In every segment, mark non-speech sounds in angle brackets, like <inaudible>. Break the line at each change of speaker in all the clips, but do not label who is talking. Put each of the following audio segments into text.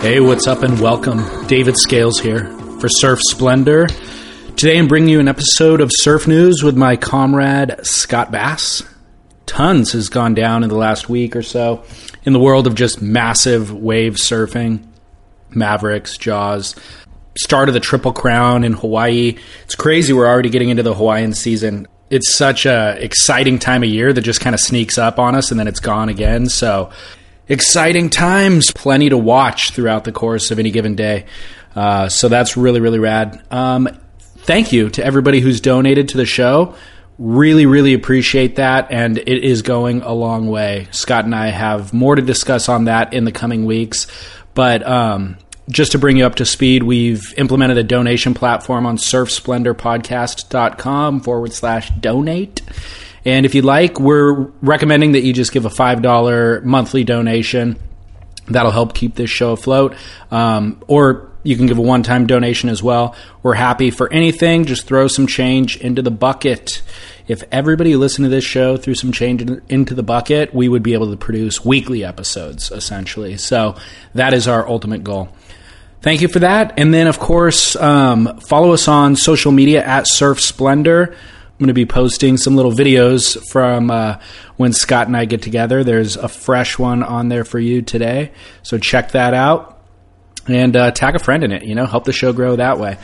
Hey, what's up and welcome. David Scales here for Surf Splendor. Today I'm bringing you an episode of Surf News with my comrade Scott Bass. Tons has gone down in the last week or so in the world of just massive wave surfing. Mavericks, Jaws, start of the Triple Crown in Hawaii. It's crazy we're already getting into the Hawaiian season. It's such a exciting time of year that just kind of sneaks up on us and then it's gone again. So exciting times, plenty to watch throughout the course of any given day. Uh, so that's really, really rad. Um, thank you to everybody who's donated to the show. Really, really appreciate that, and it is going a long way. Scott and I have more to discuss on that in the coming weeks, but um, just to bring you up to speed, we've implemented a donation platform on surfsplendorpodcast.com forward slash donate. And if you'd like, we're recommending that you just give a $5 monthly donation. That'll help keep this show afloat. Um, or you can give a one time donation as well. We're happy for anything. Just throw some change into the bucket. If everybody who listened to this show threw some change in- into the bucket, we would be able to produce weekly episodes, essentially. So that is our ultimate goal. Thank you for that. And then, of course, um, follow us on social media at Surf Splendor. I'm going to be posting some little videos from uh, when Scott and I get together. There's a fresh one on there for you today. So check that out and uh, tag a friend in it. You know, help the show grow that way.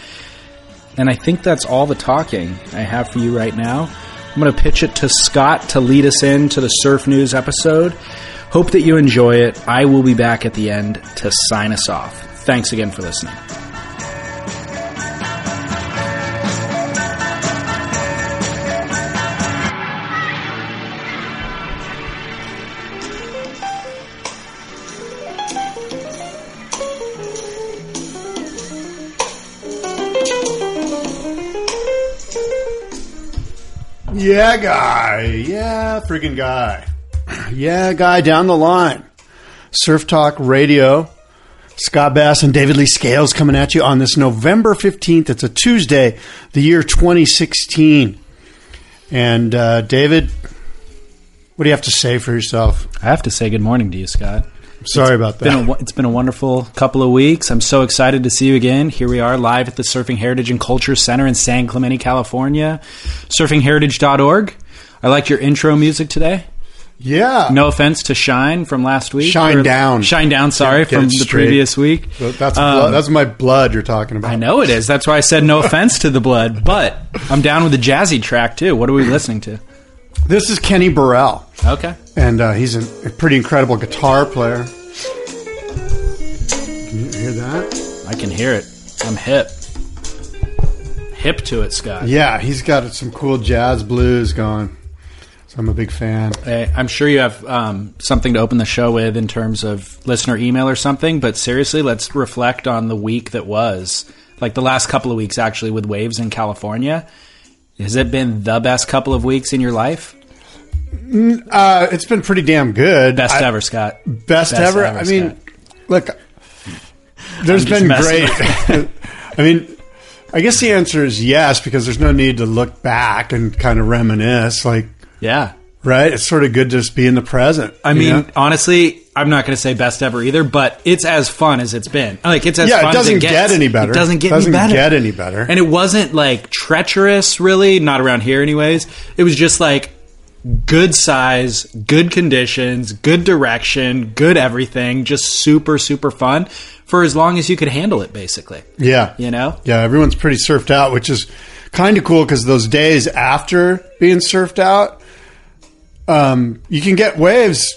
And I think that's all the talking I have for you right now. I'm going to pitch it to Scott to lead us into the Surf News episode. Hope that you enjoy it. I will be back at the end to sign us off. Thanks again for listening.
Yeah, guy. Yeah, freaking guy. <clears throat> Yeah, guy down the line. Surf Talk Radio. Scott Bass and David Lee Scales coming at you on this November 15th. It's a Tuesday, the year 2016. And uh, David, what do you have to say for yourself?
I have to say good morning to you, Scott.
Sorry about that.
Been a, wo- it's been a wonderful couple of weeks. I'm so excited to see you again. Here we are live at the Surfing Heritage and Culture Center in San Clemente, California. Surfingheritage.org. I liked your intro music today.
yeah.
No offense to Shine from last week.
Shine Down.
Shine Down, sorry,
Get
from
it
the
straight.
previous week.
That's,
Um,
blood. that's my blood you're talking about.
I know it is. That's why I
<laughs>
said no offense to the blood, but I'm down with the jazzy track too. What are we listening to?
This is Kenny Burrell.
Okay.
and uh, he's a, a pretty incredible guitar player. Can you hear that?
I can hear it. I'm hip. Hip to it, Scott.
Yeah, he's got some cool jazz blues going. So I'm a big fan.
Hey, I'm sure you have um, something to open the show with in terms of listener email or something, but seriously, let's reflect on the week that was. Like the last couple of weeks, actually, with waves in California. Has it been the best couple of weeks in your life?
Uh, it's been pretty damn good.
Best
I-
ever, Scott.
Best, ever. I mean, look, there's
I'm just
been
messing
great. <laughs> I mean, I guess the answer is yes because there's no need to look back and kind of reminisce. Like,
yeah.
right? It's sort of good to just be in the present.
I
you
mean,
know?
honestly, I'm not going to say best ever either, but it's as fun as it's been. Like it's as
Yeah, it
fun as
doesn't
gets.
get any better.
It doesn't get
Doesn't
any better.
get any better.
And it wasn't like treacherous, really. Not around here, anyways. It was just like good size, good conditions, good direction, good everything. Just super, super fun for as long as you could handle it, basically.
Yeah.
You know?
Yeah, everyone's pretty surfed out, which is kind of cool because those days after being surfed out, um, you can get waves,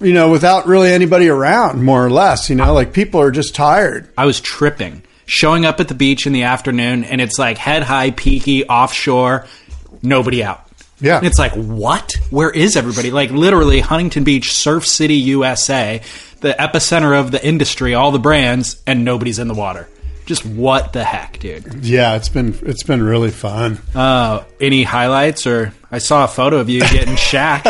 you know, without really anybody around, more or less. You know, like people are just tired.
I was tripping. Showing up at the beach in the afternoon, and it's like head high, peaky, offshore, nobody out.
Yeah.
And it's like, what? Where is everybody? Like, literally, Huntington Beach, Surf City, USA, the epicenter of the industry, all the brands, and nobody's in the water. Just what the heck, dude?
Yeah, it's been it's been really fun.
Uh, any highlights? Or I saw a photo of
<laughs>
you getting shacked.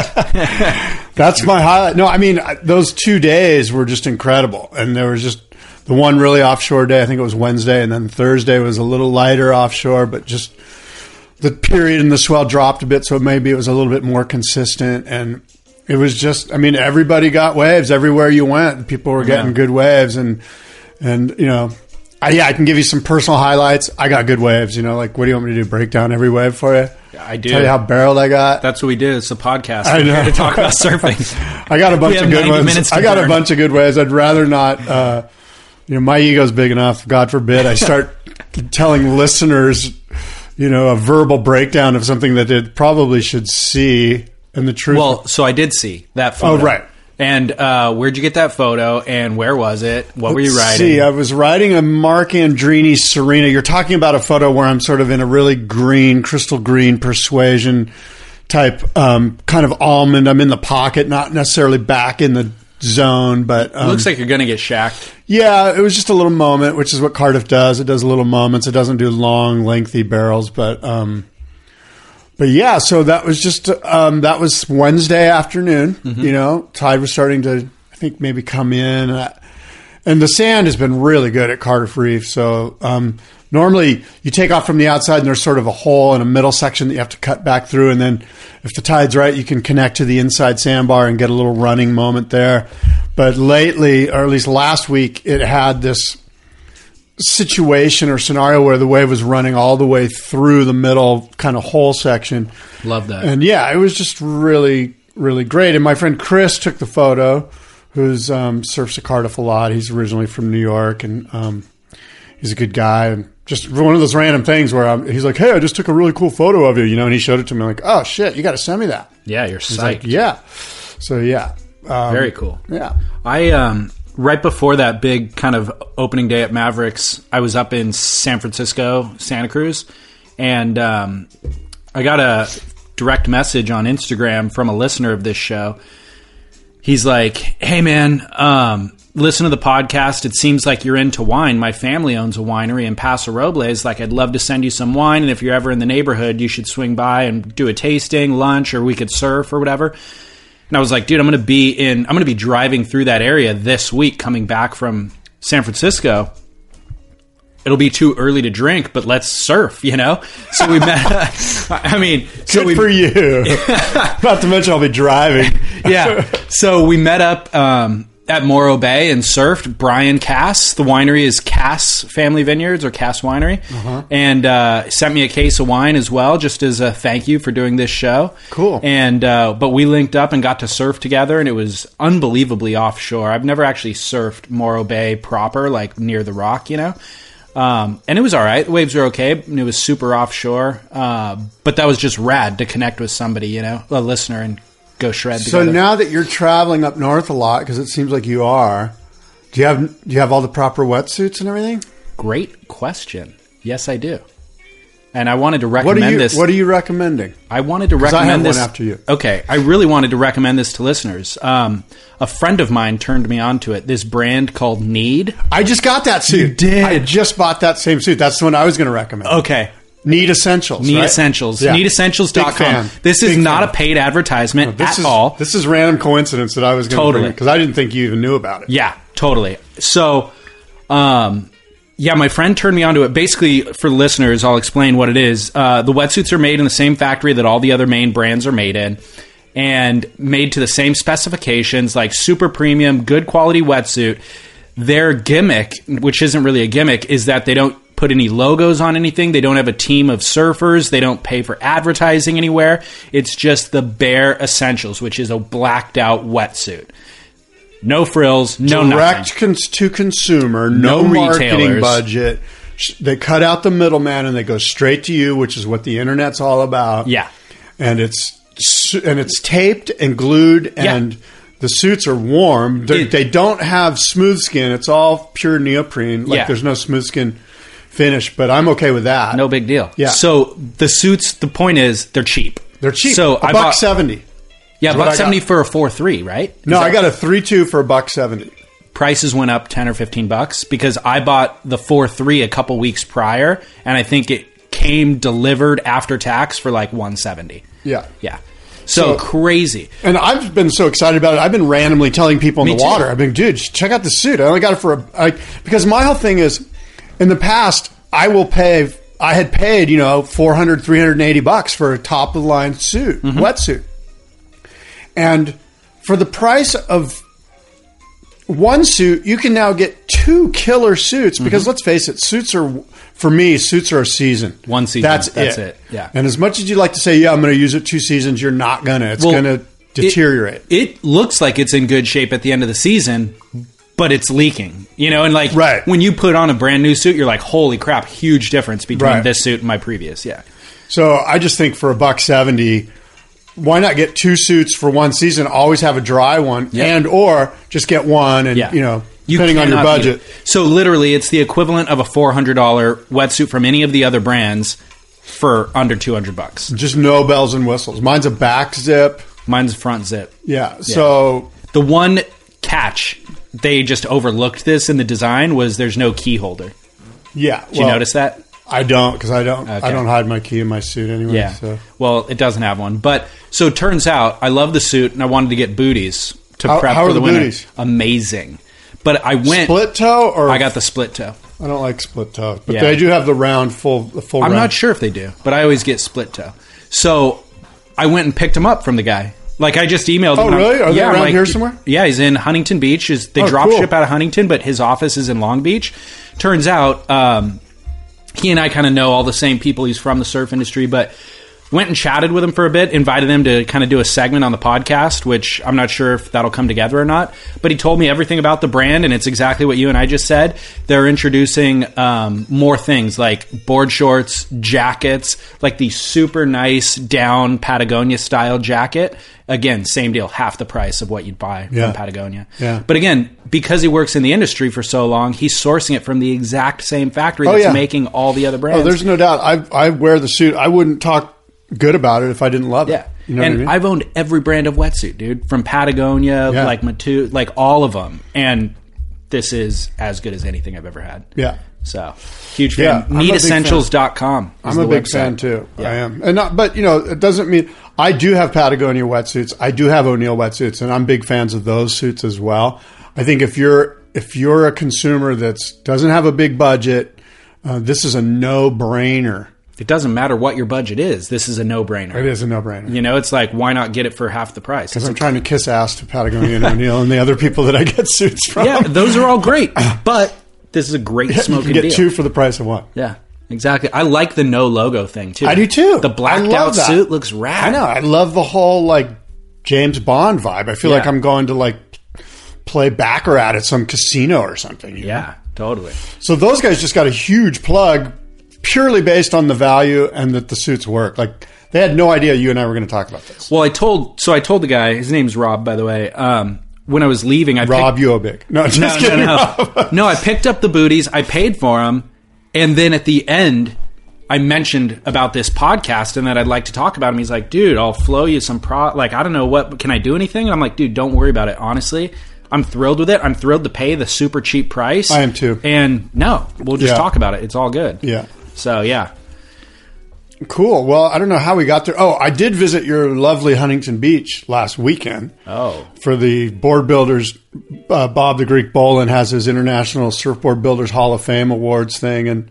That's my highlight. No, I mean I- those two days were just incredible, and there was just the one really offshore day. I think it was Wednesday, and then Thursday was a little lighter offshore, but just the period and the swell dropped a bit, so maybe it was a little bit more consistent. And it was just, I mean, everybody got waves everywhere you went. People were getting
Yeah.
good waves, and and you know. I, yeah, I can give you some personal highlights. I got good waves, you know. Like, what do you want me to do? Break down every wave for you?
I do.
Tell you how barreled I got.
That's what we do. It's a podcast.
I
We're
know.
here to talk
<laughs>
about surfing.
I got a bunch
have
of good
90 minutes
ones.
to
I got a
burn.
bunch of good ways. I'd rather not. Uh, you know, my ego's big enough. God forbid I
<laughs>
start telling listeners, you know, a verbal breakdown of something that they probably should see. And the truth.
Well, so I did see that photo.
Oh, right.
And uh, where'd you get that photo? And where was it? What were you
Let's
riding?
See, I was riding a Mark Andrini Serena. You're talking about a photo where I'm sort of in a really green, crystal green persuasion type, um, kind of almond. I'm in the pocket, not necessarily back in the zone, but um,
Looks like you're gonna get shacked.
Yeah, it was just a little moment, which is what Cardiff does. It does little moments. It doesn't do long, lengthy barrels, but um, but yeah. So that was just um, that was Wednesday afternoon. You know, tide was starting to, I think, maybe come in, Uh, and the sand has been really good at Cardiff Reef. So um, normally you take off from the outside, and there's sort of a hole in a middle section that you have to cut back through, and then if the tide's right, you can connect to the inside sandbar and get a little running moment there. But lately, or at least last week, it had this situation or scenario where the wave was running all the way through the middle kind of hole section.
Love that.
And yeah, it was just really, really great. And my friend Chris took the photo, who's um, surfs at Cardiff a lot. He's originally from New York, and um, he's a good guy. And just one of those random things where I'm, he's like, "Hey, I just took a really cool photo of you," you know, and he showed it to me. like, "Oh shit, you got to send me that."
yeah, you're
He's
psyched.
like, "Yeah." So yeah, um,
Very cool.
Yeah.
I um right before that big kind of opening day at Mavericks, I was up in San Francisco, Santa Cruz, and um, I got a direct message on Instagram from a listener of this show. He's like, "Hey man, um, listen to the podcast. It seems like you're into wine. My family owns a winery in Paso Robles. Like, I'd love to send you some wine, and if you're ever in the neighborhood, you should swing by and do a tasting, lunch, or we could surf or whatever." And I was like, dude, I'm going to be in, I'm going to be driving through that area this week coming back from San Francisco. It'll be too early to drink, but let's surf, you know? So we <laughs> met. I mean, so
Good
we,
for
<laughs>
you. Not to mention, I'll be driving.
yeah. So we met up um, at Morro Bay and surfed. Brian Cass, the winery is Cass Family Vineyards or Cass Winery, and uh, sent me a case of wine as well, just as a thank you for doing this show.
Cool.
And uh, but we linked up and got to surf together, and it was unbelievably offshore. I've never actually surfed Morro Bay proper, like near the rock, you know. Um, and it was all right. The waves were okay. And it was super offshore. Uh, but that was just rad to connect with somebody, you know, a listener and go shred
So
together.
now that you're traveling up north a lot, because it seems like you are, do you have do you have all the proper wetsuits and everything?
Great question. Yes, I do. And I wanted to
What
recommend
are you
this.
What are you recommending?
I wanted to
'Cause I have
recommend
one
this
after you.
Okay, I really wanted to recommend this to listeners. Um, a friend of mine turned me onto it. This brand called Need.
I just got that suit.
You did.
I just bought that same suit. That's the one I was going to recommend.
Okay,
Need essentials.
Need
right?
Essentials.
Yeah. Big
NeedEssentials.com.
fan.
This is
Big
not
fan.
a paid advertisement
This
at
is,
all.
This is random coincidence that I was going to
Totally.
totally because I didn't think you even knew about it.
Yeah, totally. So, um, yeah, my friend turned me onto it. Basically, for listeners, I'll explain what it is. Uh, the wetsuits are made in the same factory that all the other main brands are made in, and made to the same specifications, like super premium, good quality wetsuit. Their gimmick, which isn't really a gimmick, is that they don't put any logos on anything. They don't have a team of surfers. They don't pay for advertising anywhere. It's just the bare essentials, which is a blacked out wetsuit. No frills, no
direct
nothing.
cons- to consumer, no,
No
marketing
retailers.
budget. Sh- They cut out the middleman and they go straight to you, which is what the internet's all about.
Yeah.
and it's su- and it's taped and glued,
Yeah.
and the suits are warm. They,
It-
they don't have smooth skin. It's all pure neoprene. Like
Yeah.
there's no smooth skin finish, but I'm okay with that.
No big deal.
Yeah.
So the suits, the point is they're cheap.
They're cheap.
So
a
I
buck
bought-
seventy.
Yeah,
is what I
buck
got.
seventy for a four three, right?
No, I got a three two for a buck seventy.
prices went up 10 or 15 bucks because I bought the 4 3 a couple weeks prior and I think it came delivered after tax for like 170.
Yeah.
Yeah. So,
So-
crazy.
And I've been so excited about it. I've been randomly telling people in
Me
the
too.
water. I've been, dude, check out the suit. I only got it for a I, because my whole thing is, in the past, I will pay. I had paid, you know, 400, 380 bucks for a top of the line suit,
Mm-hmm.
wetsuit, and for the price of one suit, you can now get two killer suits.
Mm-hmm.
Because let's face it, suits are for me, suits are a season.
One season. That's it. Yeah.
And as much as you like to say, yeah, I'm going to use it two seasons, you're not going to. It's
Well,
going to deteriorate.
It, it looks like it's in good shape at the end of the season, but it's leaking. You know, and like
Right.
when you put on a brand new suit, you're like, holy crap, huge difference between
Right.
this suit and my previous. Yeah.
so I just think for a buck seventy, why not get two suits for one season? Always have a dry one,
Yeah.
and or just get one, and
Yeah.
you know, depending on your
cannot
budget.
beat it. So literally, it's the equivalent of a four hundred dollar wetsuit from any of the other brands for under two hundred bucks.
Just no bells and whistles. Mine's a back zip.
Mine's front zip.
Yeah. So
The one catch they just overlooked this in the design was there's no key holder.
yeah.
Did you notice that?
I don't because I don't. I
Okay.
don't hide my key in my suit anyway.
Yeah.
So.
Well, it doesn't have one. But so it turns out I love the suit and I wanted to get booties to
How-
prep
how
for
are
the,
the
winter.
booties?
Amazing. But I went
Split toe or
I got the split toe.
I don't like split toes, but
Yeah.
they do have the round full. The full.
I'm
round.
not sure if they do, but I always get split toe. So I went and picked him up from the guy. Like I just emailed.
Oh,
him. and I'm-
really? Are they
I'm
around here somewhere?
Yeah, he's in Huntington Beach. Is they
Oh,
drop
cool.
ship out of Huntington, but his office is in Long Beach. Turns out, um, he and I kind of know all the same people. He's from the surf industry, but went and chatted with him for a bit. Invited him to kind of do a segment on the podcast, which I'm not sure if that'll come together or not. But he told me everything about the brand, and it's exactly what you and I just said. They're introducing um, more things like board shorts, jackets, like the super nice down Patagonia style jacket. Again, same deal, half the price of what you'd buy
Yeah.
from Patagonia.
Yeah.
But again, because he works in the industry for so long, he's sourcing it from the exact same factory
Oh,
that's
yeah.
making all the other brands.
Oh, there's no doubt. I I wear the suit. I wouldn't talk good about it if I didn't love
yeah.
it. You know
and
what I mean?
have owned every brand of wetsuit, dude, from Patagonia,
Yeah.
like Matu, like all of them. And this is as good as anything I've ever had.
Yeah.
So, huge
Yeah,
fan.
I'm a big fan.
Neatessentials.com. is
I'm a
the
big
website.
fan too.
Yeah.
I am, and not, but you know, it doesn't mean I do have Patagonia wetsuits. I do have O'Neill wetsuits, and I'm big fans of those suits as well. I think if you're if you're a consumer that's doesn't have a big budget, uh, this is a no brainer.
It doesn't matter what your budget is. This is a no-brainer.
It is a no brainer.
You know, it's like why not get it for half the price?
I'm trying to kiss ass to Patagonia and O'Neill and the other people that I get suits from.
yeah, those are all great, but this is a great
<laughs> you can
smoking
get
deal.
two for the price of one.
Yeah, exactly. I like the no logo thing too.
I do too.
The
I
blacked
love
out
that.
suit looks rad.
I know. I love the whole like James Bond vibe. I feel
Yeah.
like I'm going to like play baccarat at some casino or something. you know?
Yeah, totally.
So those guys just got a huge plug purely based on the value and that the suits work. Like they had no idea you and I were going to talk about this.
Well, I told so I told the guy. His name's Rob, by the way. Um, when I was leaving, I
Rob
picked,
Yobig. No, just
<laughs> No,
kidding.
no, no.
Rob. <laughs>
no, I picked up the booties. I paid for them, and then at the end, I mentioned about this podcast and that I'd like to talk about him. He's like, "Dude, I'll flow you some pro. Like, I don't know what can I do anything." And I'm like, "Dude, don't worry about it. Honestly." I'm thrilled with it. I'm thrilled to pay the super cheap price.
I am too.
And no, we'll just
Yeah.
talk about it. It's all good.
Yeah.
So yeah,
Cool. Well, I don't know how we got there. Oh, I did visit your lovely Huntington Beach last weekend.
Oh.
For the board builders, uh, Bob the Greek Bolin has his International Surfboard Builders Hall of Fame Awards thing. And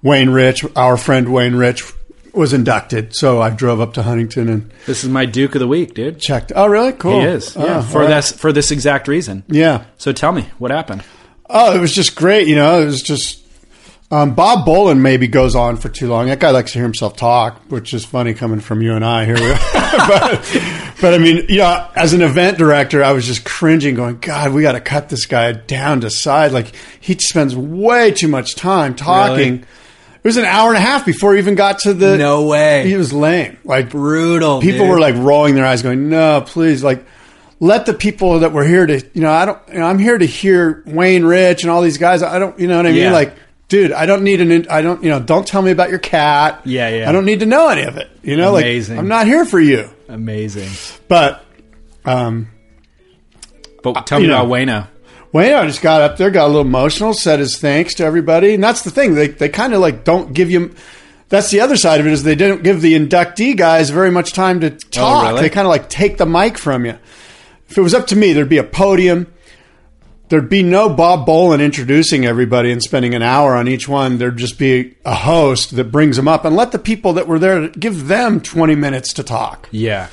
Wayne Rich, our friend Wayne Rich, was inducted. So I drove up to Huntington and
This is my Duke of the Week, dude.
checked. Oh, really? Cool.
He is.
Oh,
yeah, for
all right.
this for this exact reason.
Yeah.
So tell me, what happened?
Oh, it was just great. You know, it was just um, Bob Bolin maybe goes on for too long. That guy likes to hear himself talk, which is funny coming from you and I here. <laughs> but, but I mean, you know, as an event director, I was just cringing, going, "God, we got to cut this guy down to side." Like he spends way too much time talking.
Really?
It was an hour and a half before he even got to the.
No way.
<laughs> He was lame. Like
Brutal,
People
dude.
were like rolling their eyes, going, "No, please!" Like let the people that were here to you know I don't you know, I'm here to hear Wayne Rich and all these guys. I don't you know what I mean?
Yeah.
Like, dude, I don't need an in- I don't you know don't tell me about your cat.
Yeah, yeah.
I don't need to know any of it. You know,
Amazing.
like I'm not here for you.
Amazing.
But um,
But tell me
you know.
about Wayno.
Wayne, I just got up there, got a little emotional, said his thanks to everybody, and that's the thing. They they kind of like don't give you. That's the other side of it is they didn't give the inductee guys very much time to talk.
really?
They kind of like take the mic from you. If it was up to me, there'd be a podium. There'd be no Bob Bolin introducing everybody and spending an hour on each one. There'd just be a host that brings them up and let the people that were there give them twenty minutes to talk.
Yeah.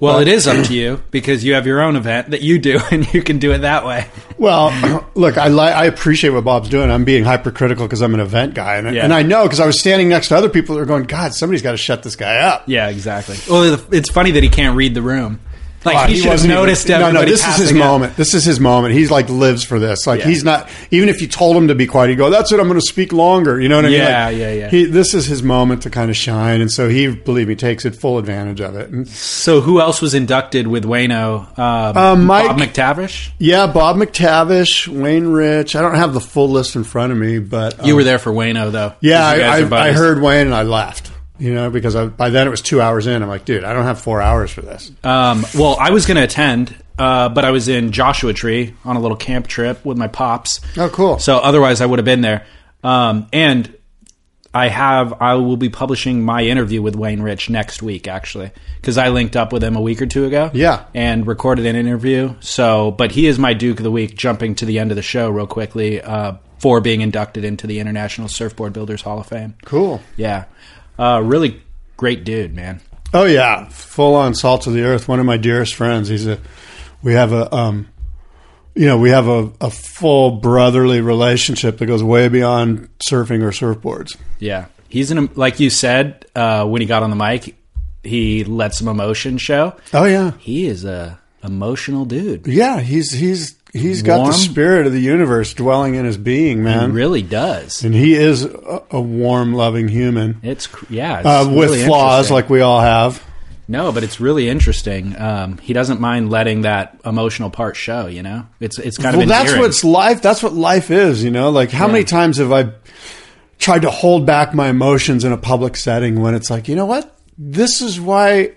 Well, it is up to you because you have your own event that you do, <laughs> and you can do it that way.
Well, <clears throat> look, I li- I appreciate what Bob's doing. I'm being hypercritical because I'm an event guy, and,
Yeah.
and I know because I was standing next to other people that were going, "God, somebody's got to shut this guy up."
Yeah, exactly. Well, the- it's funny that he can't read the room. Like
God,
he, should have
wasn't even-
noticed
No,
everybody.
no, this is his
passing out.
moment. This is his moment. He's like lives for this. Like
Yeah.
he's not. Even if you told him to be quiet, he'd go, "That's it. I'm going to speak longer." You know what I
Yeah,
mean? Like,
yeah, yeah.
He, this is his moment to kind of shine, and so he, believe me, takes it full advantage of it. And
So who else was inducted with Wayno? Um,
Uh, Mike-
Bob McTavish.
yeah, Bob McTavish, Wayne Rich. I don't have the full list in front of me, but
You
um,
were there for Wayno though.
Yeah,
You guys
I,
are
I, I
buddies.
heard Wayne and I laughed. You know, because I, by then it was two hours in. I'm like, dude, I don't have four hours for this.
Um, well, I was going to attend, uh, but I was in Joshua Tree on a little camp trip with my pops.
Oh, cool.
So otherwise, I would have been there. Um, and I have, I will be publishing my interview with Wayne Rich next week, actually, because I linked up with him a week or two ago.
Yeah.
And recorded an interview. So, but he is my Duke of the Week, jumping to the end of the show real quickly uh, for being inducted into the International Surfboard Builders Hall of Fame.
Cool.
Yeah. Uh, really great dude, man.
Oh yeah, full on salt of the earth. One of my dearest friends. He's a. We have a. Um, you know, we have a, a full brotherly relationship that goes way beyond surfing or surfboards.
Yeah, he's an like you said uh, when he got on the mic, he let some emotion show.
Oh yeah,
He is a emotional dude.
yeah. He's he's he's got
Warm.
the spirit of the universe dwelling in his being, man.
He really does.
and he is a, a warm, loving human
It's cr- yeah, it's
uh, with
really
flaws
interesting.
like we all have.
no, but it's really interesting. Um, he doesn't mind letting that emotional part show. You know, it's it's kind
well,
of
that's
endearing.
what's life. That's what life is, you know. Like how many times have I tried to hold back my emotions in a public setting when it's like, you know what? This is why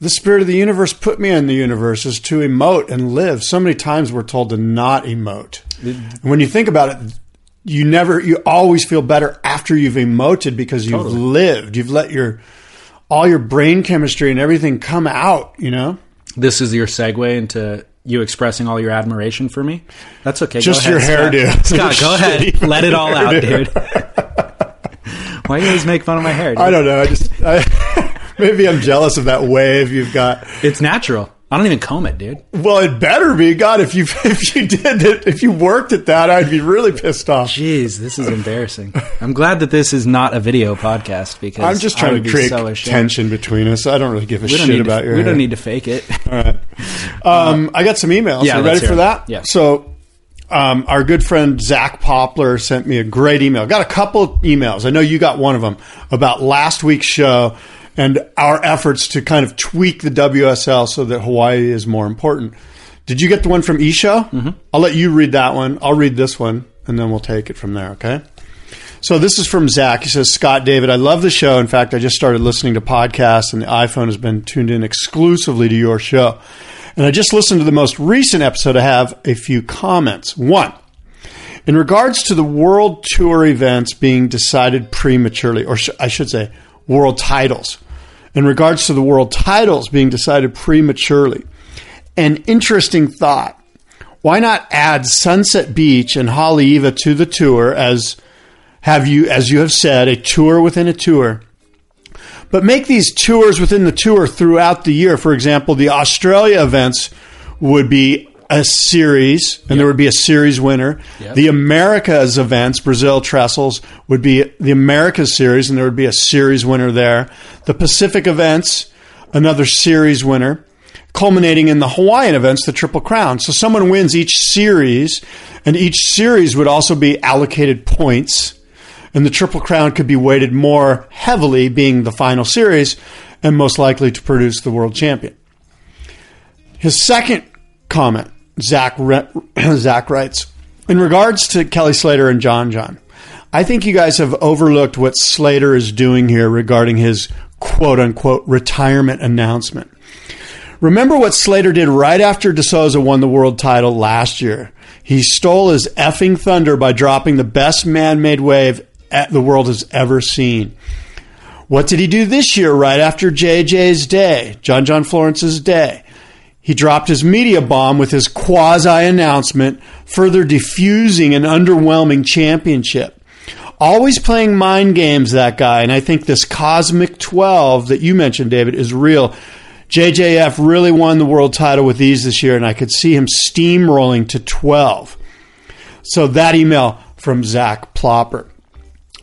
the spirit of the universe put me in the universe is to emote and live. So many times we're told to not emote. And when you think about it, you never, you always feel better after you've emoted because you've lived. You've let your all your brain chemistry and everything come out. You know.
this is your segue into. You expressing all your admiration for me? That's okay.
Just
go
your
ahead,
hairdo.
<laughs> Scott, Scott go
<laughs>
ahead.
Shitty
Let it all out,
hairdo. <laughs>
dude. Why do you always make fun of my hair? Dude?
I don't know. I just I, <laughs> maybe I'm jealous of that wave you've got.
It's natural. I don't even comb it, dude.
Well, it better be. God, if you <laughs> if you did it, if you worked at that, I'd be really pissed off.
Jeez, this is embarrassing. I'm glad that this is not a video podcast because
I'm just
I
trying
would
to
be
create
so ashamed.
tension between us. I don't really give a
We don't,
shit
need
about
to,
your.
we
hair.
don't need to
<laughs>
fake it.
Um, I got some emails.
yeah,
you ready
let's hear
for
it.
that?
Yeah.
So, um, our good friend Zach Poplar sent me a great email. Got a couple emails. I know you got one of them about last week's show and our efforts to kind of tweak the WSL so that Hawaii is more important. Did you get the one from Isha? Mm-hmm. I'll let you read that one. I'll read this one, and then we'll take it from there. Okay. So this is from Zach. He says, Scott David, I love the show. In fact, I just started listening to podcasts, and the iPhone has been tuned in exclusively to your show. And I just listened to the most recent episode. I have a few comments. One, in regards to the world tour events being decided prematurely, or sh- I should say, world titles, in regards to the world titles being decided prematurely, an interesting thought. Why not add Sunset Beach and Haleiwa to the tour as have you, as you have said, a tour within a tour, But make these tours within the tour throughout the year. For example, the Australia events would be a series, and there would be a series winner. The Americas events, Brazil Trestles, would be the Americas series, and there would be a series winner there. The Pacific events, another series winner culminating in the Hawaiian events, the Triple Crown. So someone wins each series, and each series would also be allocated points. And the Triple Crown could be weighted more heavily, being the final series, and most likely to produce the world champion. His second comment, Zach, re- <clears throat> Zach writes In regards to Kelly Slater and John John, I think you guys have overlooked what Slater is doing here regarding his quote unquote retirement announcement. Remember what Slater did right after DeSouza won the world title last year? He stole his effing thunder by dropping the best man made wave at the world has ever seen. What did he do this year right after JJ's day, John John Florence's day? He dropped his media bomb with his quasi announcement, further diffusing an underwhelming championship. Always playing mind games, that guy, and I think this Cosmic 12 that you mentioned, David, is real. JJF really won the world title with ease this year, and I could see him steamrolling to 12. So that email from Zach Plopper.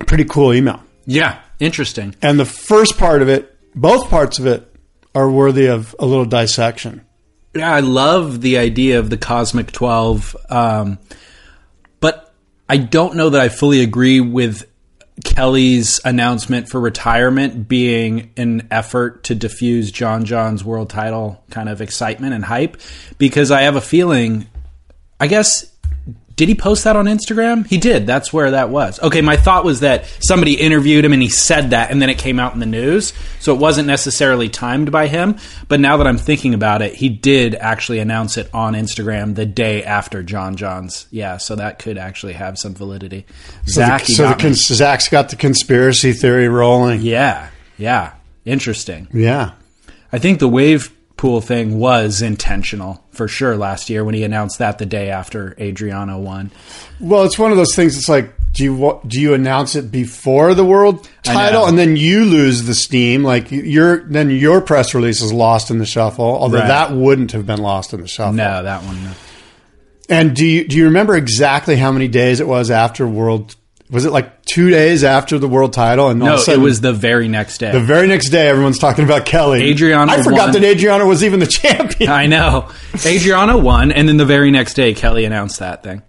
Pretty cool email.
Yeah, interesting.
And the first part of it, both parts of it, are worthy of a little dissection.
Yeah, I love the idea of the Cosmic 12, um, but I don't know that I fully agree with Kelly's announcement for retirement being an effort to diffuse John John's world title kind of excitement and hype because I have a feeling, I guess. Did he post that on Instagram? He did. That's where that was. Okay, my thought was that somebody interviewed him and he said that and then it came out in the news. So it wasn't necessarily timed by him. But now that I'm thinking about it, he did actually announce it on Instagram the day after John John's. Yeah, so that could actually have some validity. Zach,
so the,
you
so the
got me.
cons- Zach's got the conspiracy theory rolling.
Yeah, yeah, interesting.
Yeah.
I think the wave pool thing was intentional for sure last year when he announced that the day after Adriano won.
Well, it's one of those things. It's like, do you wa- do you announce it before the world
I
title,
know.
and then you lose the steam? Like your then your press release is lost in the shuffle. Although
Right.
that wouldn't have been lost in the shuffle.
No, that one. no.
And do you do you remember exactly how many days it was after world? Was it like two days after the world title? And all
No,
of a
it
sudden,
was the very next day.
the very next day. Everyone's talking about Kelly.
Adriana
I forgot
won.
that Adriana was even the <laughs> champion.
I know. Adriano won, and then the very next day, Kelly announced that thing.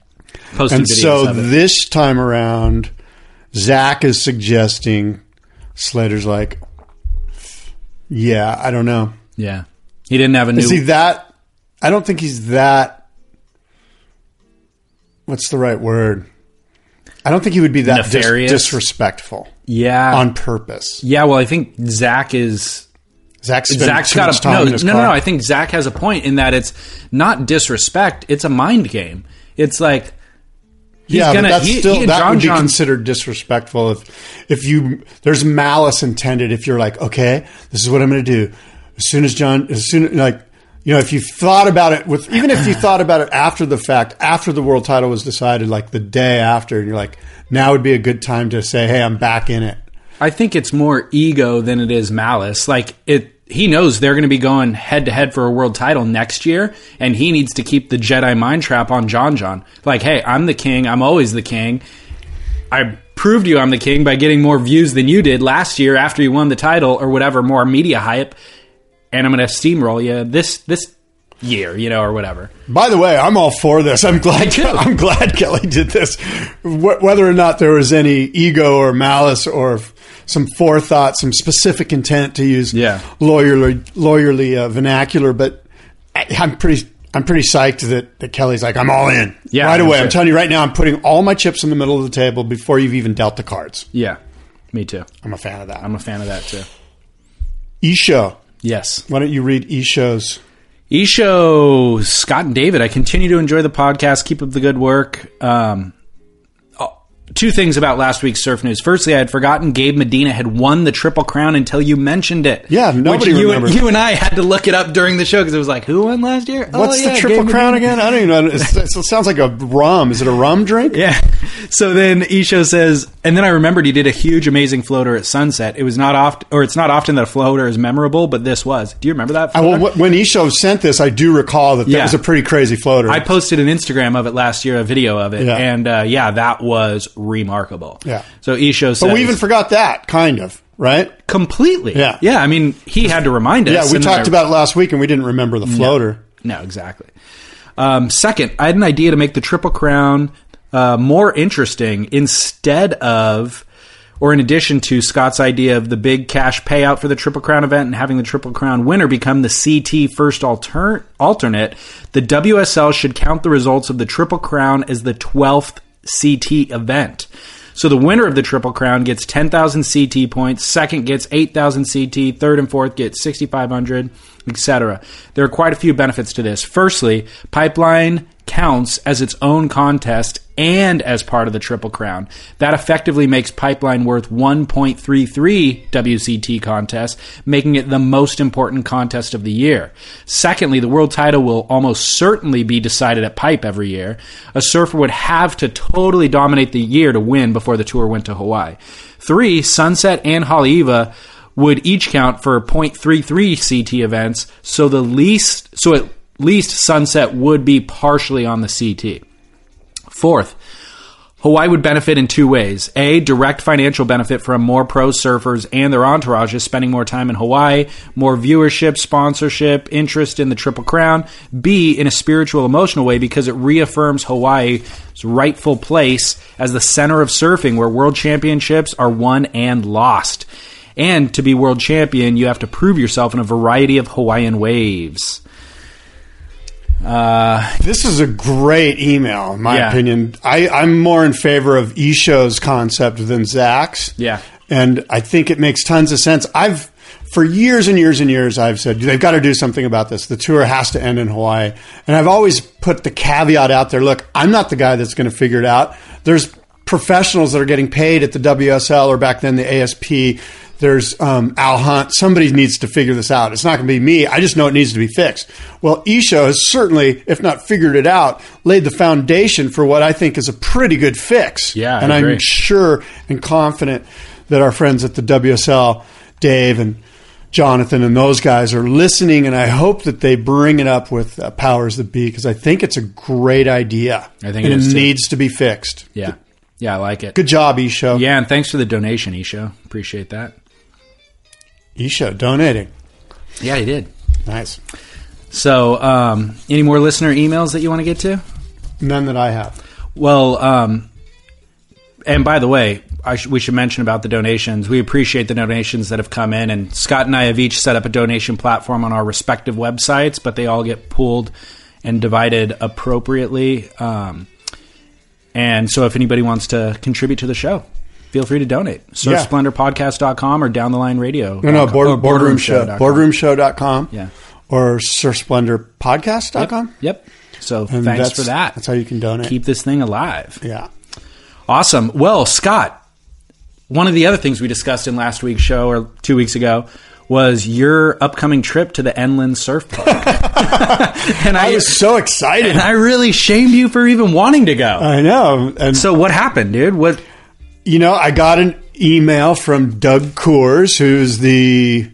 Posted
And
videos
so
of it.
this time around, Zach is suggesting Slater's like, yeah, I don't know.
yeah. He didn't have a new.
Is he that? I don't think he's that. What's the right word? I don't think he would be that dis-
Nefarious? Uh,
disrespectful
yeah.
on purpose.
yeah, well, I think Zach is
Zach's spent
Zach's
too much
got a
time
no,
in
no,
his
no,
car.
no. I think Zach has a point in that it's not disrespect; it's a mind game. It's like he's
yeah,
gonna
but that's
he,
still
he and
that
John
would be
John.
considered disrespectful if if you there's malice intended if you're like okay this is what I'm going to do as soon as John as soon like you know if you thought about it with even
<clears throat>
if you thought about it after the fact after the world title was decided like the day after and you're like now would be a good time to say hey I'm back in it
I think it's more ego than it is malice. Like it, he knows they're going to be going head to head for a world title next year, and he needs to keep the Jedi mind trap on John John. Like, hey, I'm the king. I'm always the king. I proved to you I'm the king by getting more views than you did last year after you won the title or whatever, more media hype, and I'm going to steamroll you this this year, you know, or whatever.
By the way, I'm all for this. I'm glad. <laughs>
too.
I'm glad Kelly did this. Wh- Whether or not there was any ego or malice or f- some forethought, some specific intent to use
Yeah.
lawyerly, lawyerly uh, vernacular, but I, I'm pretty. I'm pretty psyched that, that Kelly's like, I'm all in.
Yeah,
right
that's
away. I'm
it.
telling you right now, I'm putting all my chips in the middle of the table before you've even dealt the cards.
Yeah, me too.
I'm a fan of that.
I'm a fan of that too.
Isho.
Yes.
Why don't you read Isho's?
Isho, Scott and David, I continue to enjoy the podcast. Keep up the good work. Um, oh, two things about last week's surf news. Firstly, I had forgotten Gabe Medina had won the Triple Crown until you mentioned it.
Yeah,
Which
nobody
you,
remembered.
you and I had to look it up during the show because it was like, who won last year? Oh,
What's
yeah,
the
Gabe
Triple Crown
Medina.
again? I
<laughs>
don't even know. It's, it sounds like a rum. Is it a rum drink?
Yeah. So then Isho says, And then I remembered he did a huge, amazing floater at sunset. It was not often, or it's not often that a floater is memorable, but this was. Do you remember that?
I,
floater?
well, wh- when Isho sent this, I do recall that that
Yeah.
was a pretty crazy floater.
I posted an Instagram of it last year, a video of it,
Yeah.
and uh, yeah, that was remarkable.
Yeah.
So Isho says,
but we even forgot that, kind of, right?
completely.
Yeah.
Yeah. I mean, he had to remind us.
Yeah, we
and then
talked
I-
about it last week and we didn't remember the floater.
No, exactly. Um, second, I had an idea to make the Triple Crown uh, more interesting instead of, or in addition to Scott's idea of the big cash payout for the Triple Crown event and having the Triple Crown winner become the CT first alter- alternate, the WSL should count the results of the Triple Crown as the 12th CT event. So the winner of the Triple Crown gets 10,000 CT points, second gets 8,000 CT, third and fourth get 6,500, etc. There are quite a few benefits to this. Firstly, Pipeline counts as its own contest and as part of the Triple Crown. That effectively makes Pipeline worth 1.33 WCT contests, making it the most important contest of the year. Secondly, the world title will almost certainly be decided at Pipe every year. A surfer would have to totally dominate the year to win before the tour went to Hawaii. Three, Sunset and Haleiwa would each count for 0.33 CT events, so the least so at least Sunset would be partially on the CT. Fourth, Hawaii would benefit in two ways. A, direct financial benefit from more pro surfers and their entourages spending more time in Hawaii, more viewership, sponsorship, interest in the Triple Crown. B, in a spiritual, emotional way because it reaffirms Hawaii's rightful place as the center of surfing where world championships are won and lost. And to be world champion, you have to prove yourself in a variety of Hawaiian waves.
This is a great email, in my
Yeah.
opinion. I, I'm more in favor of Isho's concept than Zach's.
Yeah.
And I think it makes tons of sense. I've, for years and years and years, I've said, they've got to do something about this. The tour has to end in Hawaii. And I've always put the caveat out there look, I'm not the guy that's going to figure it out. There's professionals that are getting paid at the WSL or back then the ASP. There's um, Al Hunt. Somebody needs to figure this out. It's not going to be me. I just know it needs to be fixed. Well, Isha has certainly, if not figured it out, laid the foundation for what I think is a pretty good fix.
Yeah, I
and I'm
agree.
sure and confident that our friends at the WSL, Dave and Jonathan and those guys are listening, and I hope that they bring it up with uh, powers that be because I think it's a great idea.
I think
and
it is, too.
needs to be fixed.
Yeah. Yeah, I like it.
Good job, Isho.
Yeah, and thanks for the donation, Isho. Appreciate that.
Isho donating.
Yeah, he did.
Nice.
So, um, any more listener emails that you want to get to?
None that I have.
Well, um, and by the way, I sh- we should mention about the donations. We appreciate the donations that have come in, and Scott and I have each set up a donation platform on our respective websites, but they all get pooled and divided appropriately. Um, and so, if anybody wants to contribute to the show, feel free to donate.
Yeah.
SurfSplendorPodcast.com or Down the Line Radio.
No, no,
oh,
board, boardroom show. Boardroomshow.com.
boardroomshow.com. Yeah.
Or surfsplendorpodcast.com.
Yep. So
And
thanks
that's-
for that.
that's how you can donate.
Keep this thing alive.
Yeah.
Awesome. Well, Scott, one of the other things we discussed in last week's show or two weeks ago was your upcoming trip to the Enland Surf
<laughs>
Park. and I,
I was so excited.
<laughs> and I really shamed you for even wanting to go.
I know. And
so what happened, dude? What
You know, I got an email from Doug Coors, who's the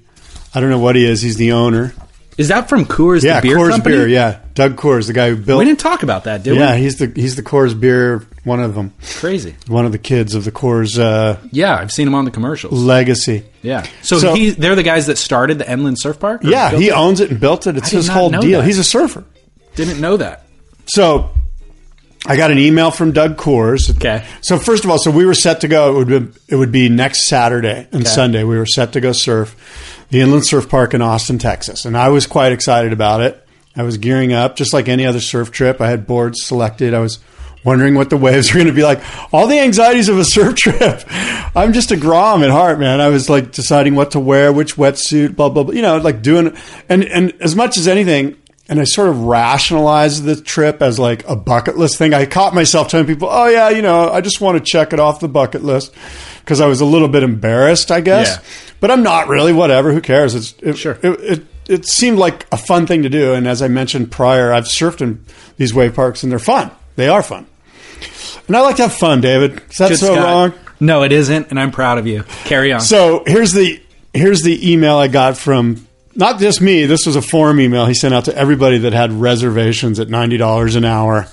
I don't know what he is. He's the owner.
is that from Coors
yeah,
the beer
Coors
company?
Beer. Yeah, Doug Coors, the guy who built.
We didn't talk about that, did
yeah,
we?
he's the he's the Coors Beer. One of them,
Crazy.
one of the kids of the Coors uh,
Yeah, I've seen him on the commercials.
legacy.
Yeah. So,
So-
he they're the guys that started the Enland Surf Park? or
Yeah,
built
he
it?
owns it and built it. It's
did
his
not
whole
know
deal.
that.
He's a surfer.
didn't know that.
So I got an email from Doug Coors.
Okay.
So first of all, so we were set to go. It would be, it would be next Saturday and Sunday. We were set to go surf the Inland Surf Park in Austin, Texas, and I was quite excited about it. I was gearing up, just like any other surf trip. I had boards selected. I was wondering what the waves were going to be like. All the anxieties of a surf <laughs> trip. I'm just a grom at heart, man. I was like deciding what to wear, which wetsuit, blah blah blah. You know, like doing and and as much as anything, and I sort of rationalized the trip as like a bucket list thing. I caught myself telling people, "Oh yeah, you know, I just want to check it off the bucket list," because I was a little bit embarrassed, I guess.
Yeah.
But I'm not really. Whatever. Who cares? It's it,
Sure.
It, it it seemed like a fun thing to do, and as I mentioned prior, I've surfed in these wave parks, and they're fun. They are fun, and I like to have fun, David. Is that
Good
so
Scott.
wrong?
No, it isn't, and I'm proud of you. Carry on.
So here's the here's the email I got from not just me. This was a form email he sent out to everybody that had reservations at ninety dollars an hour.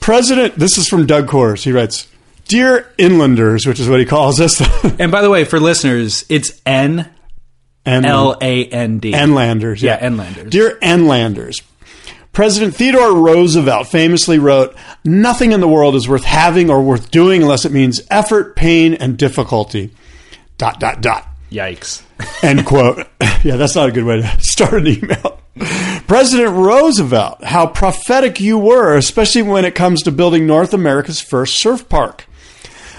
President, this is from Doug Kors. He writes, "Dear Inlanders," which is what he calls us, <laughs>
and by the way, for listeners, it's N
and
L A N D.
Enlanders.
Yeah, Enlanders.
Dear Enlanders, President Theodore Roosevelt famously wrote, Nothing in the world is worth having or worth doing unless it means effort, pain, and difficulty. Dot, dot, dot.
Yikes.
<laughs> End quote. yeah, that's not a good way to <laughs> start an email. President Roosevelt, how prophetic you were, especially when it comes to building North America's first surf park.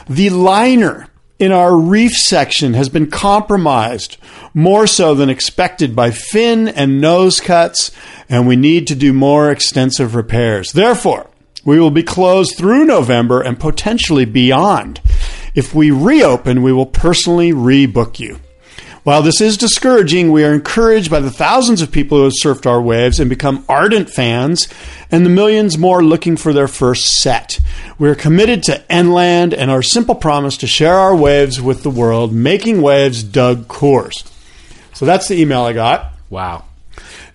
The liner in our reef section has been compromised more so than expected by fin and nose cuts, and we need to do more extensive repairs. Therefore, we will be closed through November and potentially beyond. If we reopen, we will personally rebook you. While this is discouraging, we are encouraged by the thousands of people who have surfed our waves and become ardent fans, and the millions more looking for their first set. We are committed to Enland and our simple promise to share our waves with the world, making waves Doug Coors. So that's the email I got.
Wow.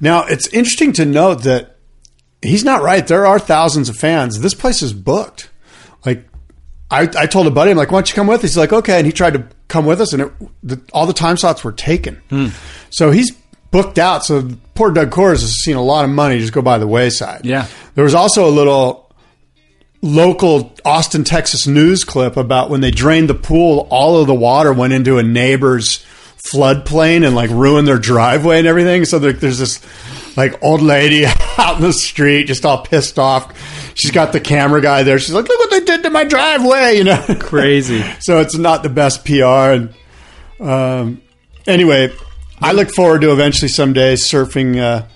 Now, it's interesting to note that he's not right. There are thousands of fans. This place is booked. Like, I, I told a buddy, I'm like, why don't you come with us? He's like, okay. And he tried to come with us, and it, the, all the time slots were taken. So he's booked out. So poor Doug Kors has seen a lot of money just go by the wayside.
Yeah.
There was also a little local Austin, Texas news clip about when they drained the pool, all of the water went into a neighbor's floodplain and like ruined their driveway and everything. So there, there's this like old lady <laughs> out in the street, just all pissed off. She's got the camera guy there. She's like, look what they did to my driveway, you know? <laughs>
Crazy.
so it's not the best PR. And um, anyway, I look forward to eventually someday surfing uh,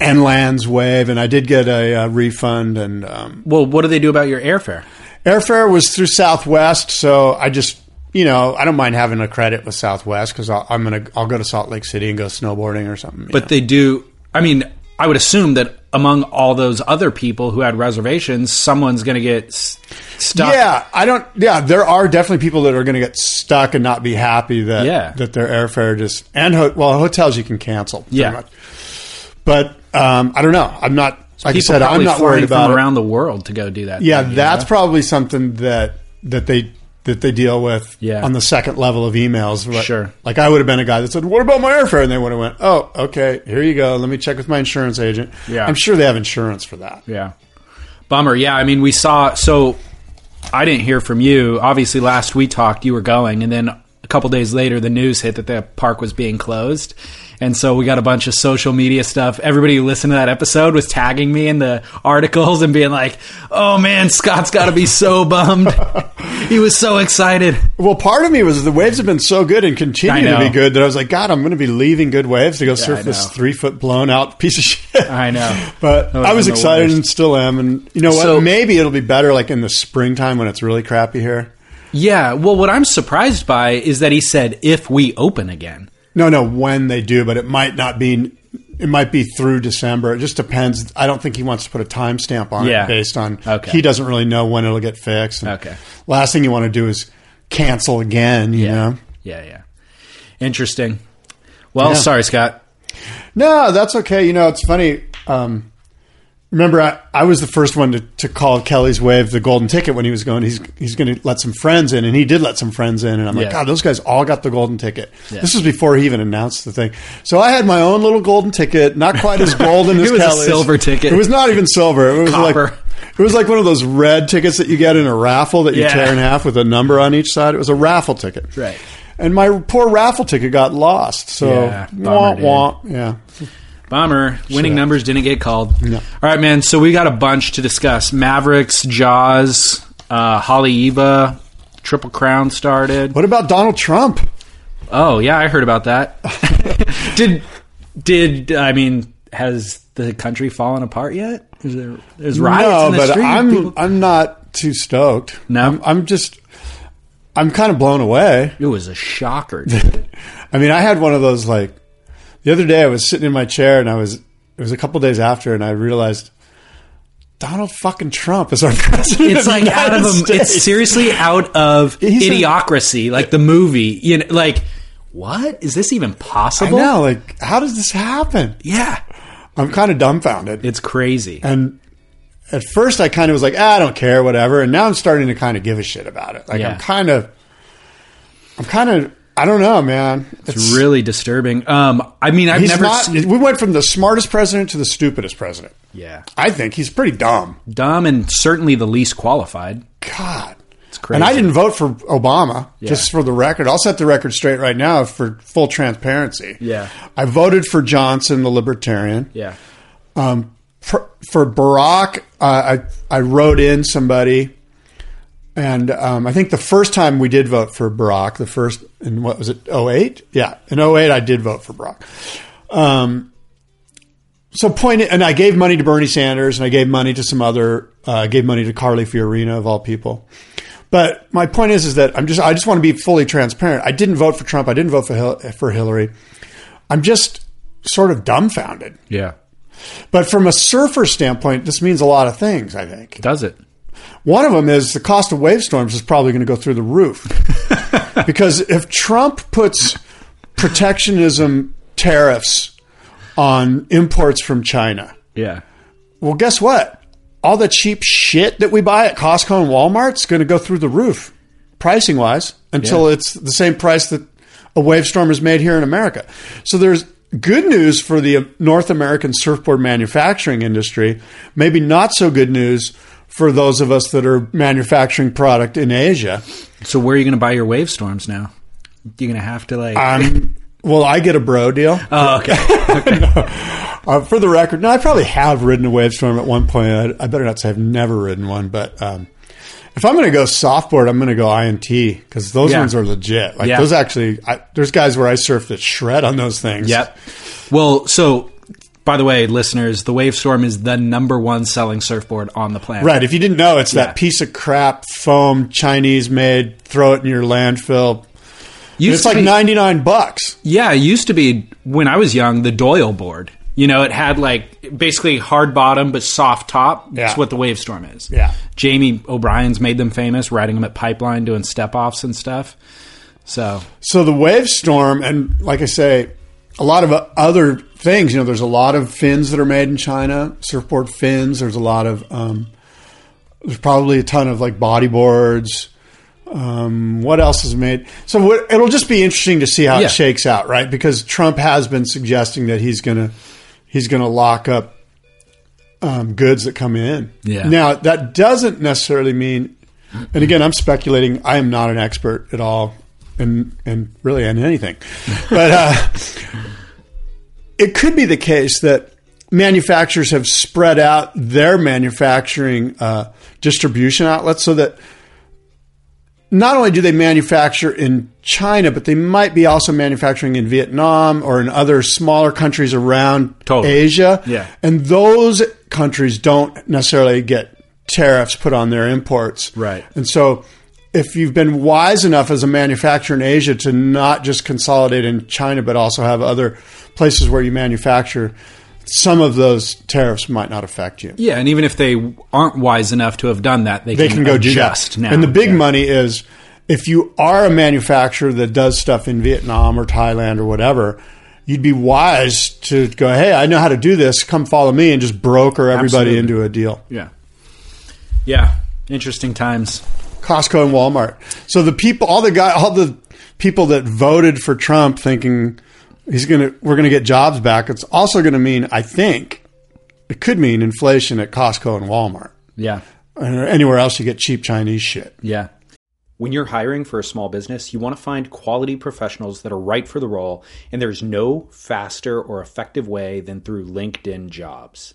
Enland's wave, and I did get a, uh refund. And um,
<laughs> Well, what do they do about your airfare?
airfare was through Southwest, so I just you know I don't mind having a credit with Southwest because I'm gonna I'll go to Salt Lake City and go snowboarding or something. you
But they do. I mean, I would assume that among all those other people who had reservations, someone's going to get s- stuck.
Yeah, I don't. Yeah, there are definitely people that are going to get stuck and not be happy that
Yeah.
that their airfare just and ho- well hotels you can cancel. pretty
Yeah.
much. but um, I don't know. I'm not. Like I
People
said, I'm
probably
not
flying
worried about
from
it.
around the world to go do that.
Yeah,
thing, you
that's
know?
probably something that that they that they deal with
Yeah.
on the second level of emails. But,
Sure.
Like I would have been a guy that said, "What about my airfare?" And they would have went, "Oh, okay, here you go. Let me check with my insurance agent."
Yeah.
I'm sure they have insurance for that.
Yeah. Bummer. Yeah. I mean, we saw. So I didn't hear from you. Obviously, last we talked, you were going. And then a couple days later, the news hit that the park was being closed. And so we got a bunch of social media stuff. Everybody who listened to that episode was tagging me in the articles and being like, oh man, Scott's got to be so bummed. he was so excited.
Well, part of me was the waves have been so good and continue
I
to be
know.
good that I was like, God, I'm going to be leaving good waves to go surf
I
this
know.
three foot blown out piece of shit.
I know.
<laughs> But
That would've
I was
been the
excited
worst.
and still am. And you know what?
So-
Maybe it'll be better like in the springtime when it's really crappy here.
Yeah. Well, what I'm surprised by is that he said, if we open again.
No, no, when they do, but it might not be. It might be through December. It just depends. I don't think he wants to put a timestamp on
Yeah.
it based on.
Okay.
He doesn't really know when it'll get fixed. And
Okay.
Last thing you want to do is cancel again. You know.
Yeah. Yeah. Interesting. Well,
Yeah.
sorry, Scott.
No, that's okay. You know, it's funny. Um, remember, I, I was the first one to, to call Kelly's Wave the golden ticket when he was going. He's he's going to let some friends in, and he did let some friends in. And I'm like,
Yeah.
God, those guys all got the golden ticket. This was before he even announced the thing. So I had my own little golden ticket, not quite as
<laughs>
golden as
was a
Kelly's
silver ticket.
It was not even silver. It was
Copper.
like. It was like one of those red tickets that you get in a raffle that you
Yeah.
tear in half with a number on each side. It was a raffle ticket.
Right.
And my poor raffle ticket got lost. So,
Yeah,
womp,
bummer, dude.
womp. Yeah.
Bummer. Winning numbers didn't get called. All right, man. So we got a bunch to discuss. Mavericks, Jaws, uh, Holly Eva, Triple Crown started.
What about Donald Trump?
Oh yeah, I heard
<laughs>
about that. did did I mean has the country fallen apart yet? Is there there's riots
no,
in the
but
street?
I'm
People-
I'm not too stoked.
No?
I'm, I'm just I'm kind of blown away.
it was
<laughs>
a shocker. dude.
I mean, I had one of those like the other day. I was sitting in my chair and I was it was a couple days after, and I realized. "Dang, Donald fucking Trump is our <laughs> president.
It's
the
like out of
United
a,
States.
it's seriously out of
He's a-
idiocracy, like the movie. You know, like what is this even
I
possible?
know. Like, how does this happen?
Yeah,
I'm kind of dumbfounded.
it's crazy.
and at first, I kind of was like, ah, I don't care, whatever. And now I'm starting to kind of give a shit about it. Like,
Yeah.
I'm kind of, I'm kind of, I don't know, man.
It's really disturbing. Um, I mean, I've
He's
never
not.
seen.
we went from the smartest president to the stupidest president.
Yeah,
I think he's pretty dumb.
dumb and certainly the least qualified.
God. It's
crazy.
And I didn't vote for Obama, just for the record. I'll set the record straight right now for full transparency.
Yeah.
I voted for Johnson, the libertarian.
Yeah,
Um, for, for Barack, uh, I, I wrote in somebody. And um, I think the first time we did vote for Barack, the first in what was it, 08? Yeah, in 08, I did vote for Barack. Um, so point, and I gave money to Bernie Sanders, and I gave money to some other, uh, I gave money to Carly Fiorina of all people. But my point is, is that I'm just, I just want to be fully transparent. I didn't vote for Trump. I didn't vote for Hil- for Hillary. I'm just sort of dumbfounded.
yeah.
But from a surfer standpoint, this means a lot of things. I think.
Does it?
One of them is the cost of wave storms is probably going to go through the roof. because if Trump puts protectionism tariffs on imports from China,
Yeah.
well, guess what? All the cheap shit that we buy at Costco and Walmart's going to go through the roof, pricing wise, until it's the same price that a wave storm is made here in America. So there's good news for the North American surfboard manufacturing industry, maybe not so good news for those of us that are manufacturing product in Asia.
So where are you going to buy your wave storms now? You're going to have to like.
I'm, well, I get a bro deal. <laughs>
oh, okay.
Uh, for the record, no, I probably have ridden a wave storm at one point. I, I better not say I've never ridden one, but um, if I'm going to go softboard, I'm going to go INT because those
Yeah.
ones are legit. Like
Yeah.
those actually, I, there's guys where I surf that shred on those things.
Yep. Well, so by the way, listeners, the Wave Storm is the number one selling surfboard on the planet.
Right. If you didn't know, it's
Yeah.
that piece of crap foam Chinese made, throw it in your landfill.
Used
it's
to
like
be-
99 bucks.
Yeah, it used to be when I was young the Doyle board. You know, it had like basically hard bottom but soft top. That's
Yeah.
what the Wave Storm is.
Yeah.
Jamie O'Brien's made them famous, riding them at Pipeline, doing step offs and stuff. So
So the wave storm, and like I say, a lot of uh, other things. You know, there's a lot of fins that are made in China, surfboard fins. There's a lot of, um, there's probably a ton of like bodyboards. Um, what else is made? So what, it'll just be interesting to see how
Yeah.
it shakes out, right? Because Trump has been suggesting that he's gonna he's gonna lock up um, goods that come in.
Yeah.
Now that doesn't necessarily mean and again, I'm speculating. I am not an expert at all, and and really in
<laughs>
anything, but uh, it could be the case that manufacturers have spread out their manufacturing uh, distribution outlets so that not only do they manufacture in China, but they might be also manufacturing in Vietnam or in other smaller countries around
Totally.
Asia.
Yeah.
And those countries don't necessarily get tariffs put on their imports.
Right.
And so if you've been wise enough as a manufacturer in Asia to not just consolidate in China, but also have other places where you manufacture, some of those tariffs might not affect you.
yeah, and even if they aren't wise enough to have done that, they,
They can go do
adjust
that.
now.
And the big
Yeah.
money is if you are a manufacturer that does stuff in Vietnam or Thailand or whatever, you'd be wise to go, hey, I know how to do this. Come follow me and just broker everybody
Absolutely.
into a deal.
Yeah. Yeah. Interesting times.
Costco and Walmart. So the people, all the guy, all the people that voted for Trump, thinking he's gonna, we're gonna get jobs back. It's also gonna mean, I think, it could mean inflation at Costco and Walmart
Yeah.
or anywhere else you get cheap Chinese shit.
Yeah. When you're hiring for a small business, you want to find quality professionals that are right for the role, and there's no faster or effective way than through LinkedIn jobs.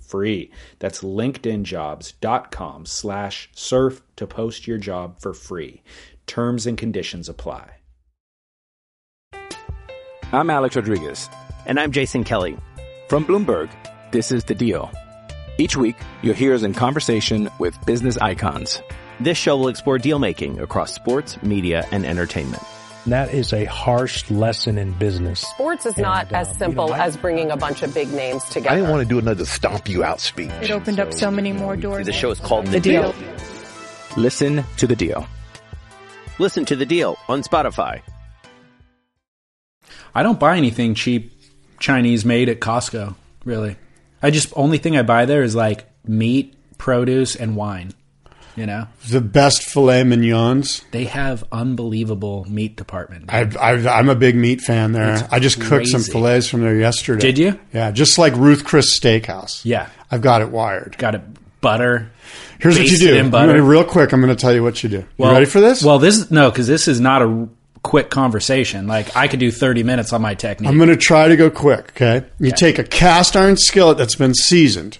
free that's linkedinjobs.com slash surf to post your job for free terms and conditions apply
I'm Alex Rodriguez.
And I'm Jason Kelly.
From Bloomberg, this is The Deal. Each week, you'll hear us in conversation with business icons.
This show will explore deal making across sports, media, and entertainment.
And that is a harsh lesson in business.
Sports is not
And, um,
as simple
you know, I-
as bringing a bunch of big names together.
I didn't want to do another stomp you out speech.
It opened up so many more doors.
The show is called The,
deal.
deal.
Listen to The Deal.
Listen to The Deal on Spotify.
i don't buy anything cheap chinese made at costco really i just only thing i buy there is like meat produce and wine you know
The best filet mignons.
they have unbelievable meat department
I, I, I'm a big meat fan there.
It's
I just cooked some
crazy.
filets from there yesterday.
Did you?
Yeah, just like Ruth Chris Steakhouse.
yeah
I've got it wired.
got it butter
Here's what you
Basted
do.
in
I'm
butter.
gonna- real quick, I'm going to tell you what you do. you ready for this?
Well, this no, because this is not a r- quick conversation. Like I could do thirty minutes on my technique.
I'm going to try to go quick, okay? You take a cast iron skillet that's been seasoned,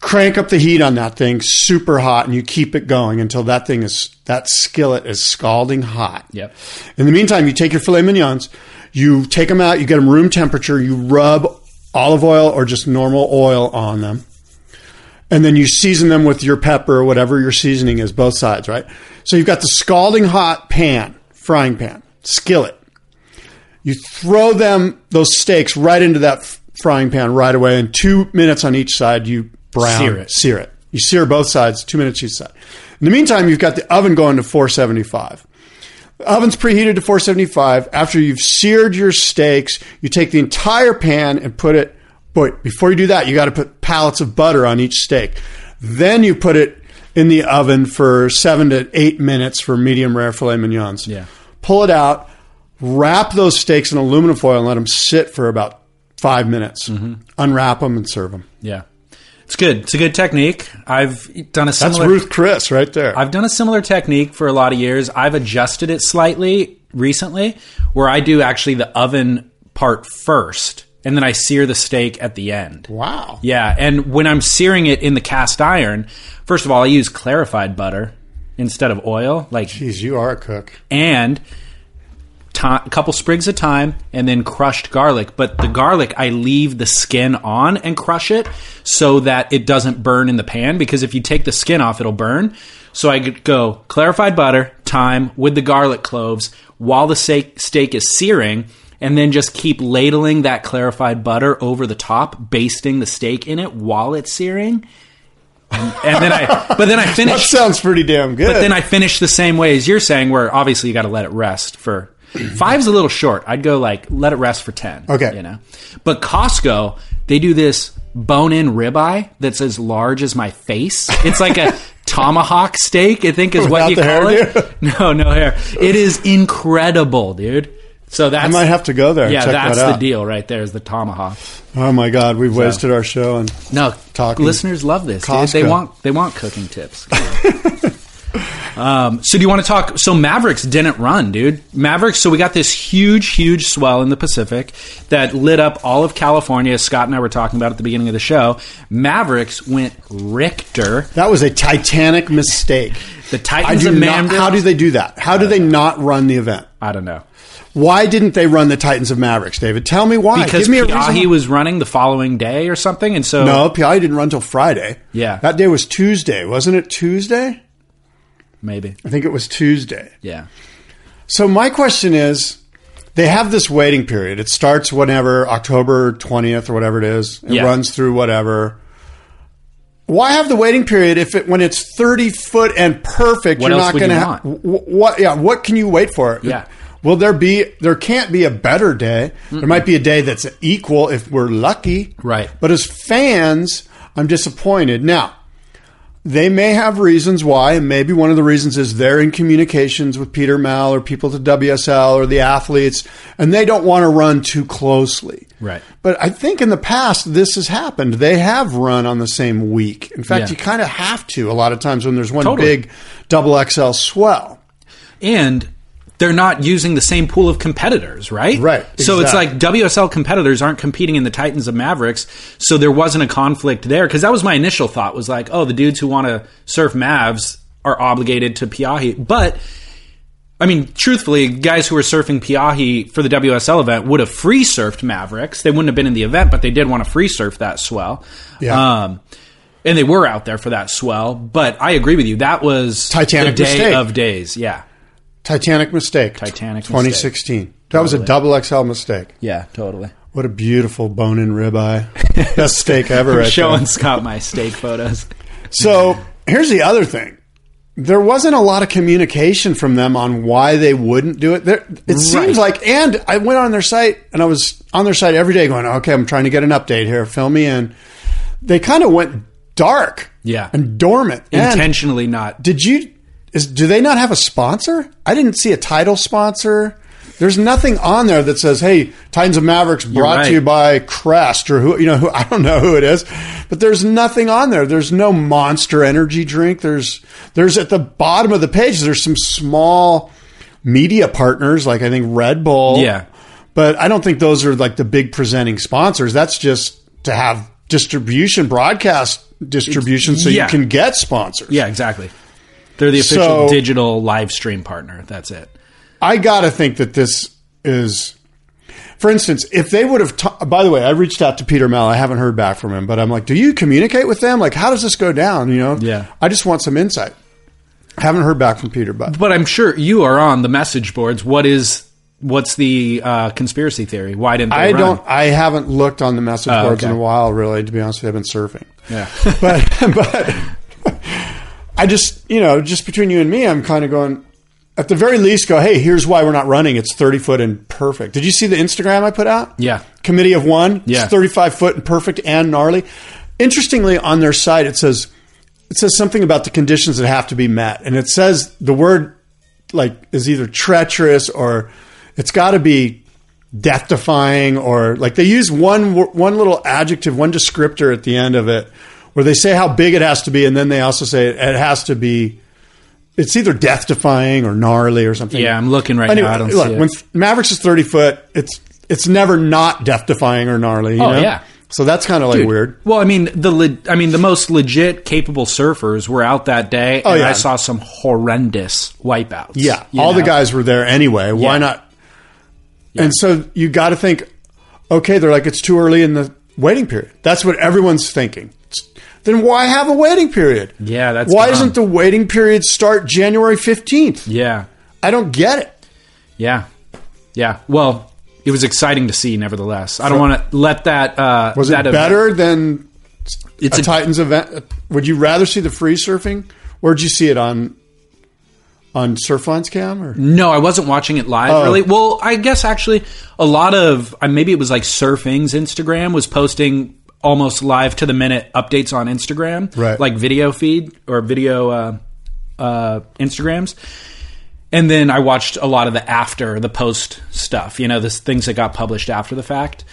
crank up the heat on that thing super hot, and you keep it going until that thing is, that skillet is scalding hot.
Yep.
In the meantime, you take your filet mignons, you take them out, you get them room temperature, you rub olive oil or just normal oil on them, and then you season them with your pepper or whatever your seasoning is, both sides, right? So you've got the scalding hot pan, frying pan, skillet. You throw them, those steaks, right into that f- frying pan right away, and two minutes on each side, you brown,
Sear it.
Sear it. You sear both sides, two minutes each side. In the meantime, you've got the oven going to 475 oven's preheated to 475. After you've seared your steaks, you take the entire pan and put it. But before you do that, you got to put pallets of butter on each steak. Then you put it in the oven for seven to eight minutes for medium rare filet mignons.
Yeah.
Pull it out, wrap those steaks in aluminum foil, and let them sit for about five minutes.
Mm-hmm.
Unwrap them and serve them.
yeah, it's good. It's a good technique. I've done a
That's
similar.
Ruth Chris right there.
I've done a similar technique for a lot of years. I've adjusted it slightly recently, where I do actually the oven part first, and then I sear the steak at the end.
wow.
Yeah, and when I'm searing it in the cast iron, first of all, I use clarified butter instead of oil, like
Geez, you are a cook.
and a couple sprigs of thyme and then crushed garlic but the garlic i leave the skin on and crush it so that it doesn't burn in the pan because if you take the skin off it'll burn so i could go clarified butter thyme with the garlic cloves while the steak, steak is searing and then just keep ladling that clarified butter over the top basting the steak in it while it's searing and, and then i but then
<laughs>
i
That
finish
sounds pretty damn good.
but then I finish the same way as you're saying, where obviously you got to let it rest for <clears throat> five's a little short. I'd go like let it rest for ten.
Okay.
you know. But Costco, they do this bone-in ribeye that's as large as my face. It's
<laughs>
like a tomahawk steak. I think is
Without
what you
the
call
hair,
it. <laughs> No, no hair. It is incredible, dude. So that's
I might have to go there. and
yeah,
check
that's
that out.
the deal right there. Is the tomahawk.
Oh my God, we've wasted our show and
No,
Talking.
listeners love this. dude. They
Costco.
want they want cooking tips. um, so do you want to talk? So Mavericks didn't run, dude. Mavericks. So we got this huge, huge swell in the Pacific that lit up all of California. as Scott and I were talking about at the beginning of the show. Mavericks went Richter.
that was a titanic mistake.
The
I
Titans
do
of
not,
Mavericks.
how do they do that? How do they not run the event?
I don't know.
Why didn't they run the Titans of Mavericks, David? Tell me why. Give
Because
me a
Piahi
reason.
was running the following day or something, and so
no, Piahi didn't run till Friday.
Yeah.
that day was Tuesday, wasn't it? Tuesday?
maybe
I think it was Tuesday.
yeah.
So my question is, they have this waiting period. It starts whenever October twentieth or whatever it is. It
Yeah.
runs through whatever. Why have the waiting period if it when it's thirty foot and perfect?
What
you're not
else would
going to
you
have
want?
what? Yeah, what can you wait for?
Yeah.
Will there be? There can't be a better day. There might be a day that's equal if we're lucky.
Right.
But as fans, I'm disappointed. Now, they may have reasons why, and maybe one of the reasons is they're in communications with Peter Mal or people at the WSL or the athletes, and they don't want to run too closely.
Right.
But I think in the past this has happened. They have run on the same week. In fact,
Yeah.
you kind of have to a lot of times when there's one
Totally.
big double XL swell.
and they're not using the same pool of competitors, right?
Right,
So it's like
exactly.
WSL competitors aren't competing in the Titans of Mavericks, so there wasn't a conflict there. Because that was my initial thought was like, oh, the dudes who want to surf Mavs are obligated to Piahi, but. I mean, truthfully, guys who were surfing Piahi for the WSL event would have free surfed Mavericks. They wouldn't have been in the event, but they did want to free surf that swell.
Yeah.
Um, and they were out there for that swell. But I agree with you. That was
Titanic
the day
mistake.
of days. Yeah.
Titanic mistake.
Titanic
2016. That was a double XL mistake.
Yeah, totally.
What a beautiful bone and
<laughs>
ribeye. Best steak ever. right
Showing
there.
Scott my steak photos.
So here's the other thing. There wasn't a lot of communication from them on why they wouldn't do it. There, it seems like, and I went on their site and I was on their site every day going, okay, I'm trying to get an update here. Fill me in. They kind of went dark
Yeah.
and dormant. <laughs> And
Intentionally not.
did you, is, do they not have a sponsor? I didn't see a title sponsor. There's nothing on there that says, hey, Titans of Mavericks brought
right.
to you by Crest or who, you know, who, I don't know who it is, but there's nothing on there. There's no monster energy drink. There's, there's at the bottom of the page, there's some small media partners, like I think Red Bull.
Yeah.
But I don't think those are like the big presenting sponsors. That's just to have distribution, broadcast distribution, so
Yeah.
you can get sponsors.
Yeah, exactly. They're the official
So-
digital live stream partner. That's it.
I gotta think that this is, for instance, if they would have. ta- By the way, I reached out to Peter Mel. I haven't heard back from him, but I'm like, do you communicate with them? Like, how does this go down? You know?
Yeah.
I just want some insight. I haven't heard back from Peter, but
But I'm sure you are on the message boards. What is what's the uh, conspiracy theory? Why didn't they
I
run?
don't. I haven't looked on the message
Oh,
boards
okay.
in a while, really. To be honest, with you. I've been surfing.
Yeah.
but <laughs> but I just you know just between you and me, I'm kind of going. At the very least, go. Hey, here's why we're not running. It's 30 foot and perfect. Did you see the Instagram I put out?
Yeah.
Committee of one.
Yeah.
It's 35 foot and perfect and gnarly. Interestingly, on their site it says it says something about the conditions that have to be met, and it says the word like is either treacherous or it's got to be death defying or like they use one wo- one little adjective, one descriptor at the end of it where they say how big it has to be and then they also say it has to be it's either death defying or gnarly or something.
Yeah, I'm looking right now. I don't
look,
see it.
when Mavericks is 30 foot, it's it's never not death defying or gnarly, you
Oh,
know?
yeah.
So that's kind of like weird.
Well, I mean the le- I mean the most legit capable surfers were out that day, and
Oh, yeah.
I saw some horrendous wipeouts.
Yeah,
you
all the
know?
guys were there anyway. Why
Yeah.
not? And so you got to think, okay, they're like it's too early in the waiting period. That's what everyone's thinking. It's- Then why have a waiting period?
Yeah, that's
why
dumb.
doesn't the waiting period start January fifteenth?
Yeah.
I don't get it.
Yeah. Yeah. Well, it was exciting to see, nevertheless. I don't want to let that. Uh,
Was
that
it
event-
better than
It's
a,
a-
Titans event? Would you rather see the free surfing? Where'd you see it on on Surflines Cam or
No, I wasn't watching it
Oh.
live, really. Well, I guess actually a lot of, uh, maybe it was like Surfing's Instagram was posting almost live to the minute updates on Instagram,
Right.
like video feed or video uh, uh, Instagrams. And then I watched a lot of the after the post stuff, you know, the things that got published after the fact.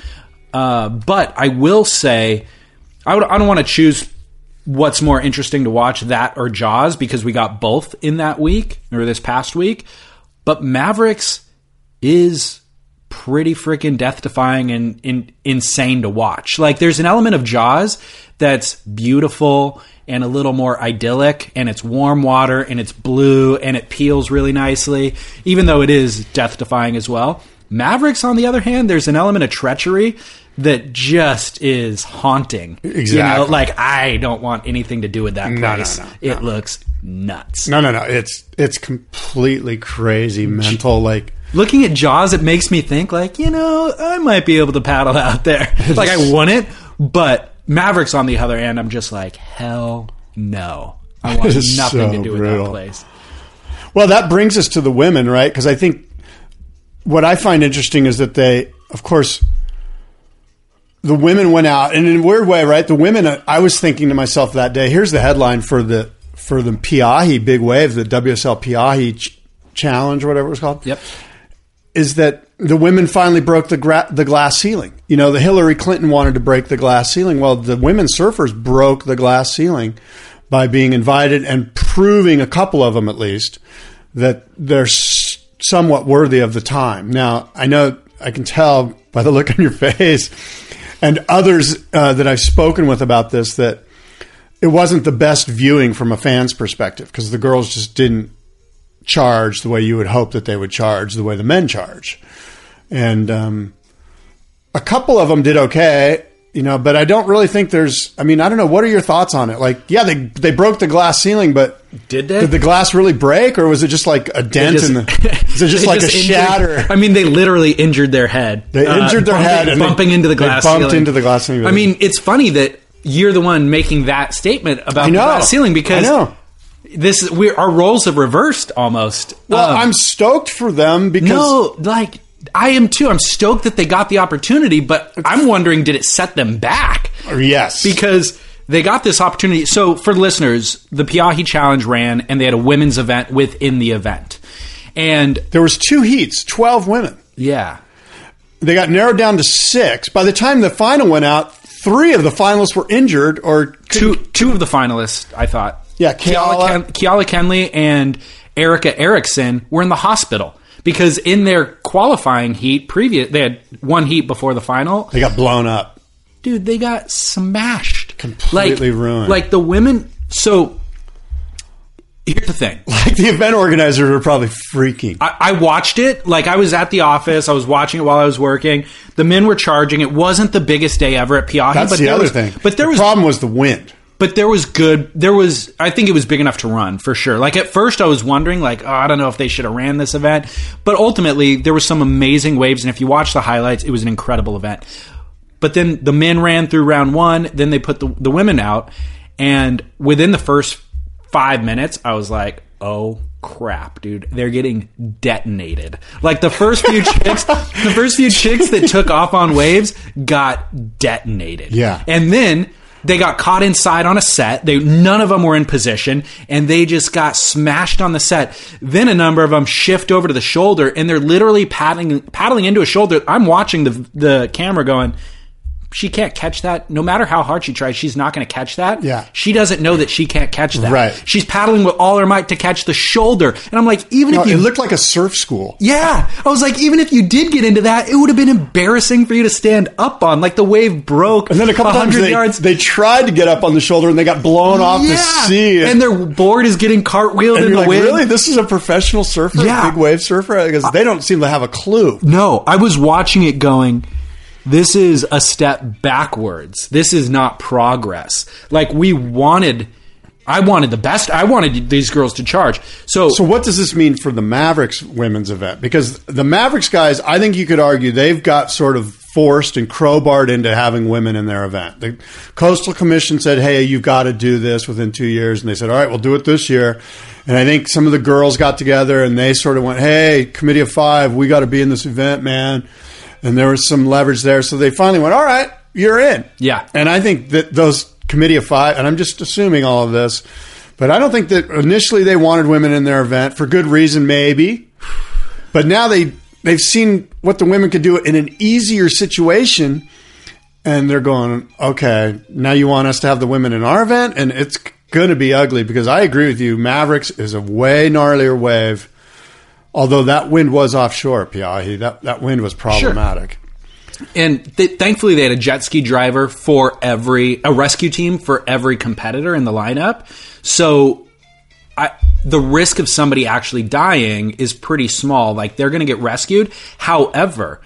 Uh, but I will say, I, would, I don't want to choose what's more interesting to watch, that or Jaws, because we got both in that week or this past week. But Mavericks is pretty freaking death defying and, and insane to watch. Like, there's an element of Jaws that's beautiful and a little more idyllic, and it's warm water and it's blue and it peels really nicely, even though it is death defying as well. Mavericks, on the other hand, there's an element of treachery that just is haunting. You
Exactly.
know, like, I don't want anything to do with that
no,
place.
no,
it looks nuts.
no? No, no, it's it's completely crazy mental like.
looking at
<laughs>
Jaws, it makes me think like, you know, I might be able to paddle out there. like I wouldn't, but Mavericks, on the other hand, I'm just like, hell no.
<laughs>
I want
It is
nothing
so
to do with
brutal.
that place.
Well, that brings us to the women, right? Because I think what I find interesting is that they, of course, the women went out, and in a weird way, right? The women. I was thinking to myself that day. Here's the headline for the for the Piahi big wave, the WSL Piahi ch- challenge, whatever it was called.
Yep.
Is that the women finally broke the gra- the glass ceiling? You know, the Hillary Clinton wanted to break the glass ceiling. Well, the women surfers broke the glass ceiling by being invited and proving a couple of them at least that they're s- somewhat worthy of the time. Now, I know I can tell by the look on your <laughs> face and others uh, that I've spoken with about this that it wasn't the best viewing from a fan's perspective because the girls just didn't charge the way you would hope that they would charge, the way the men charge. And um, a couple of them did okay, you know, but I don't really think there's, I mean, I don't know. What are your thoughts on it? Like, yeah, they, they broke the glass ceiling, but
Did they?
the glass really break or was it just like a dent
Just-
in
<laughs>
the, is it just
they
like a
injured-
shatter?
<laughs> I mean, they literally injured their head. Uh,
They injured their
bumping-
head and they-
bumping into the
they
glass.
bumped
ceiling.
into the glass ceiling.
I mean, it's funny that you're the one making that statement about
I know.
the glass ceiling because
I know.
this we our roles have reversed almost.
Well,
Um,
I'm stoked for them because
no, like I am too. I'm stoked that they got the opportunity, but I'm wondering, did it set them back?
Yes.
because they got this opportunity. So, for listeners, the Piahi Challenge ran, and they had a women's event within the event, and
there was two heats, 12 women.
yeah,
They got narrowed down to six. By the time the final went out, three of the finalists were injured or
two two of the finalists, I thought.
Yeah,
Kiala,
Kiala-
Ken, Kiala Kenley and Erica Erickson were in the hospital because in their qualifying heat previous, they had one heat before the final.
they got blown up. <laughs>
Dude, they got smashed,
Completely
like,
ruined.
Like the women. So here's the thing.
Like the event organizers were probably freaking.
I, I watched it. Like I was at the office. I was watching it while I was working. The men were charging. It wasn't the biggest day ever at Piahi.
That's
E, but
the
there
other
was,
thing.
But there
the
was
problem was the wind.
but there was good there was i think it was big enough to run for sure like at first i was wondering like oh, i don't know if they should have ran this event but ultimately there was some amazing waves and if you watch the highlights it was an incredible event but then the men ran through round one then they put the, the women out and within the first five minutes i was like oh crap dude they're getting detonated like the first few chicks the first few chicks that took off on waves got detonated
Yeah.
and then they got caught inside on a set. They none of them were in position, and they just got smashed on the set. Then a number of them shift over to the shoulder, and they're literally paddling paddling into a shoulder. I'm watching the the camera going. She can't catch that. No matter how hard she tries, she's not going to catch that.
Yeah.
she doesn't know that she can't catch that.
Right.
She's paddling with all her might to catch the shoulder, and I'm like, even
No,
if you
it looked like a surf school.
yeah. I was like, even if you did get into that, it would have been embarrassing for you to stand up on. Like the wave broke.
And then a couple times
100
they,
yards.
they tried to get up on the shoulder and they got blown off
yeah.
the sea.
And their board is getting cartwheeled
and you're
in the
like,
wind.
really? This is a professional surfer,
Yeah.
big wave surfer? Because they don't seem to have a clue.
No, I was watching it going, this is a step backwards. This is not progress. Like we wanted, I wanted the best. I wanted these girls to charge. So,
So what does this mean for the Mavericks women's event? Because the Mavericks guys, I think you could argue they've got sort of forced and crowbarred into having women in their event. The Coastal Commission said, "Hey, you've got to do this within 2 years." And they said, "All right, we'll do it this year." And I think some of the girls got together and they sort of went, "Hey, committee of 5, we got to be in this event, man." And there was some leverage there, so they finally went, "All right, you're in."
Yeah.
And I think that those committee of five, and I'm just assuming all of this, but I don't think that initially they wanted women in their event for good reason, maybe. But now they they've seen what the women could do in an easier situation, and they're going, okay, now you want us to have the women in our event, and it's going to be ugly because I agree with you. Mavericks is a way gnarlier wave, although that wind was offshore, Piahi. That that wind was problematic.
and th- thankfully they had a jet ski driver for every a rescue team for every competitor in the lineup so I, the risk of somebody actually dying is pretty small like they're going to get rescued however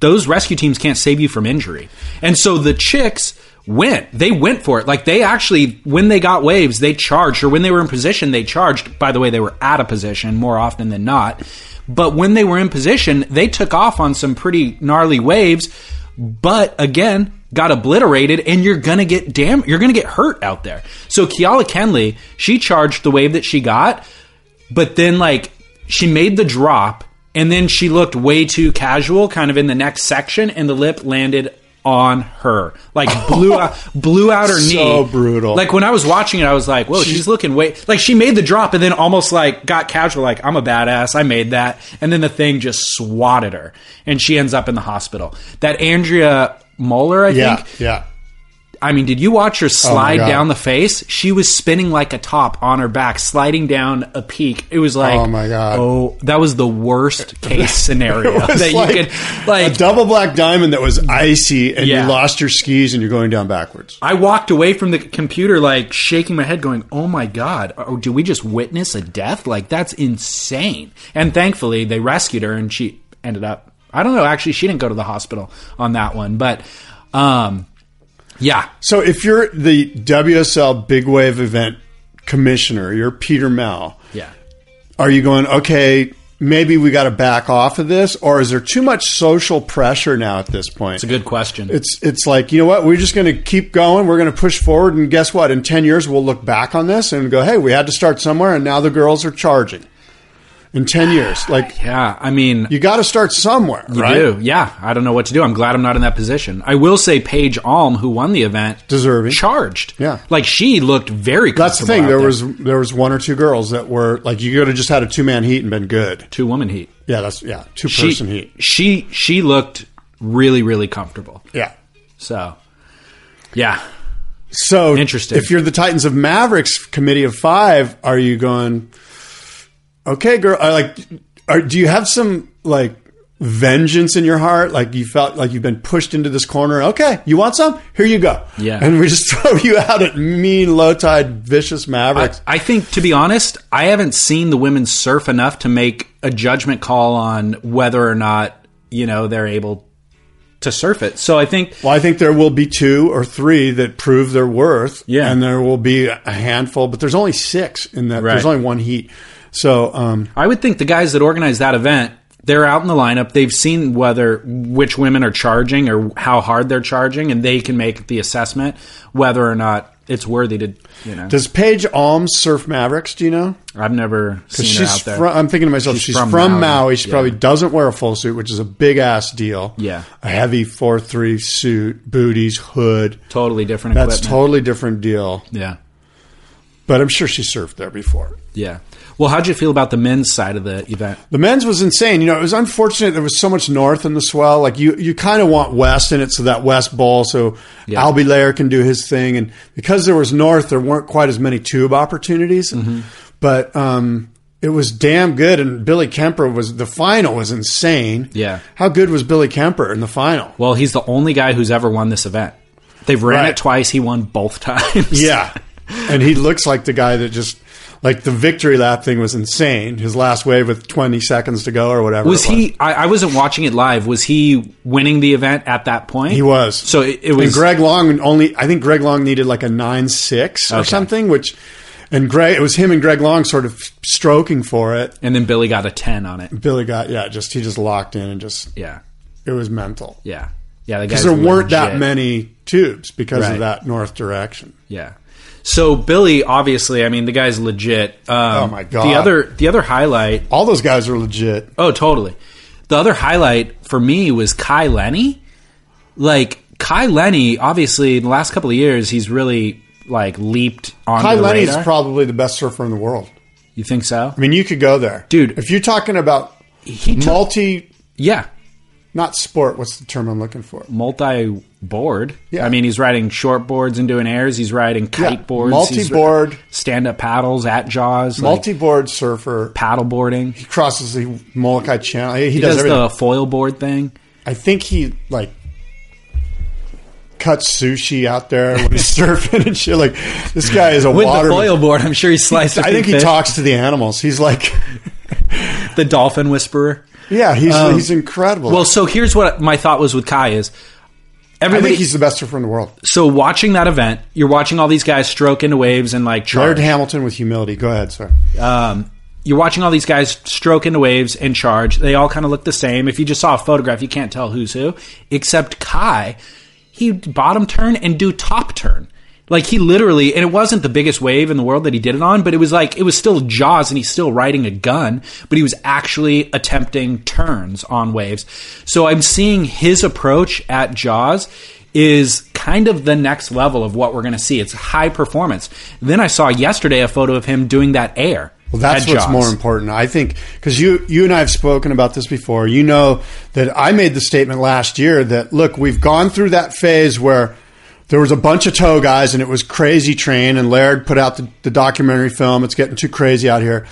those rescue teams can't save you from injury and so the chicks went they went for it like they actually when they got waves they charged or when they were in position they charged by the way they were out of position more often than not but when they were in position, they took off on some pretty gnarly waves. but again got obliterated and you're gonna get damn you're gonna get hurt out there so kiala kenley she charged the wave that she got but then like she made the drop and then she looked way too casual kind of in the next section and the lip landed on her like
<laughs>
blew out blew out her
So
knee
brutal.
like when i was watching it i was like whoa she's looking way like she made the drop and then almost like got casual like i'm a badass i made that and then the thing just swatted her and she ends up in the hospital that andrea Muller, I
Yeah,
think.
yeah.
I mean, did you watch her slide
Oh God.
down the face? She was spinning like a top on her back, sliding down a peak. It was like,
Oh, my God.
oh, that was
<laughs>
the worst case scenario
It was
that
like
you could like.
a double black diamond that was icy, and
Yeah.
you lost your skis, and you're going down backwards.
I walked away from the computer like shaking my head, going, "Oh my god, oh, do we just witness a death? Like that's insane!" And thankfully, they rescued her, and she ended up. I don't know. Actually, she didn't go to the hospital on that one, but um, yeah,
So if you're the WSL Big Wave Event Commissioner, you're Peter Mal.
yeah.
Are you going okay? Maybe we got to back off of this, or is there too much social pressure now at this point?
It's a good question.
it's it's like you know what we're just going to keep going we're going to push forward and guess what in 10 years we'll look back on this and go hey we had to start somewhere and now the girls are charging in 10 years like
yeah, I mean,
you got to start somewhere
You
right
do. Yeah. I don't know what to do. I'm glad I'm not in that position. I will say Paige Alm, who won the event,
Deserving.
charged.
Yeah.
Like she looked very
that's the
comfortable
thing
out
there was there was one or two girls that were like you could have just had a two-man heat and been good
two woman heat.
yeah that's yeah
She
two-person heat
she she looked really really comfortable.
yeah
So yeah.
so
Interesting.
if you're the titans of mavericks committee of five are you going okay girl I like are, do you have some like vengeance in your heart like you felt like you've been pushed into this corner okay you want some here you go
Yeah.
and we just <laughs> throw you out at mean low tide vicious
I,
mavericks
I think to be honest, I haven't seen the women surf enough to make a judgment call on whether or not, you know, they're able to surf it. So I think
well i think there will be two or three that prove their worth
Yeah.
and there will be a handful but there's only six in that there's
Right.
only one heat so um
I would think the guys that organized that event, they're out in the lineup. They've seen whether which women are charging or how hard they're charging, and they can make the assessment whether or not it's worthy to. You know,
does paige alms surf mavericks do you know
I've never seen her
she's
out there.
fro- I'm thinking to myself, she's, from, Maui. She
Yeah.
probably doesn't wear a full suit, which is a big ass deal.
Yeah.
a heavy four three suit, booties, hood.
totally different.
That's
equipment.
totally different deal.
Yeah,
But I'm sure she surfed there before.
yeah. Well, how'd you feel about the men's side of the event?
The men's was insane. You know, it was unfortunate there was so much north in the swell. Like you, you kind of want west in it, so that west ball, so
Yeah.
Albie Lair can do his thing. And because there was north, there weren't quite as many tube opportunities.
Mm-hmm.
But um, it was damn good. And Billy Kemper was the final was insane.
Yeah.
how good was Billy Kemper in the final?
Well, he's the only guy who's ever won this event. They've ran
Right.
it twice. He won both <laughs> times.
Yeah, and he looks like the guy that just. Like the victory lap thing was insane. His last wave with 20 seconds to go or whatever.
Was
it
he? I, I wasn't watching it live. Was he winning the event at that point?
He was.
So it, it was.
And Greg Long only. I think Greg Long needed like a nine six or
Okay.
something. Which, and Greg, it was him and Greg Long sort of stroking for it.
and then Billy got a ten on it.
Billy got yeah, just he just locked in and just
Yeah,
it was mental
yeah, yeah.
because
Because
there weren't that many tubes because
Right.
of that north direction.
Yeah. So Billy, obviously, I mean, the guy's legit. Um,
Oh, my God.
The other, the other highlight.
All those guys are legit.
Oh, totally. The other highlight for me was Kai Lenny. Like Kai Lenny, obviously, in the last couple of years, he's really like leaped on.
Kai
the
Lenny's
radar.
probably the best surfer in the world.
You think so?
I mean, you could go there,
Dude.
If you're talking about
He took,
multi,
yeah,
not sport. What's the term I'm looking for?
multi board.
Yeah.
I mean, he's riding short boards and doing airs. He's riding kite boards.
multi-board.
stand up paddles, at jaws, like-
Multi board surfer
paddle boarding. He,
He crosses the Molokai Channel. He, he does,
does,
everything.
the foil board thing.
I think he like cuts sushi out there when he's <laughs> surfing and shit. Like this guy is a
With
water.
the foil board, I'm sure he sliced. a
<laughs> I think
big
he
fish.
talks to the animals. He's like,
the dolphin whisperer.
yeah, he's
Um,
he's incredible.
Well, so here's what my thought was with Kai is
I
everybody.
think he's the best surfer in the world.
so watching that event, you're watching all these guys stroke into waves and like
Laird
charge.
Hamilton with humility. Go ahead, sir.
Um, you're watching all these guys stroke into waves and charge. They all kind of look the same. If you just saw a photograph, you can't tell who's who, except Kai. He'd bottom turn and do top turn. Like he literally, and it wasn't the biggest wave in the world that he did it on, but it was like it was still Jaws, and he's still riding a gun, but he was actually attempting turns on waves. So I'm seeing his approach at Jaws is kind of the next level of what we're going to see. It's high performance. Then I saw yesterday a photo of him doing that air.
Well, that's
at
what's
Jaws.
more important, I think, because you you and I have spoken about this before. You know that I made the statement last year that look, we've gone through that phase where there was a bunch of tow guys and it was crazy train, and Laird put out the, the documentary film. It's getting too crazy out here.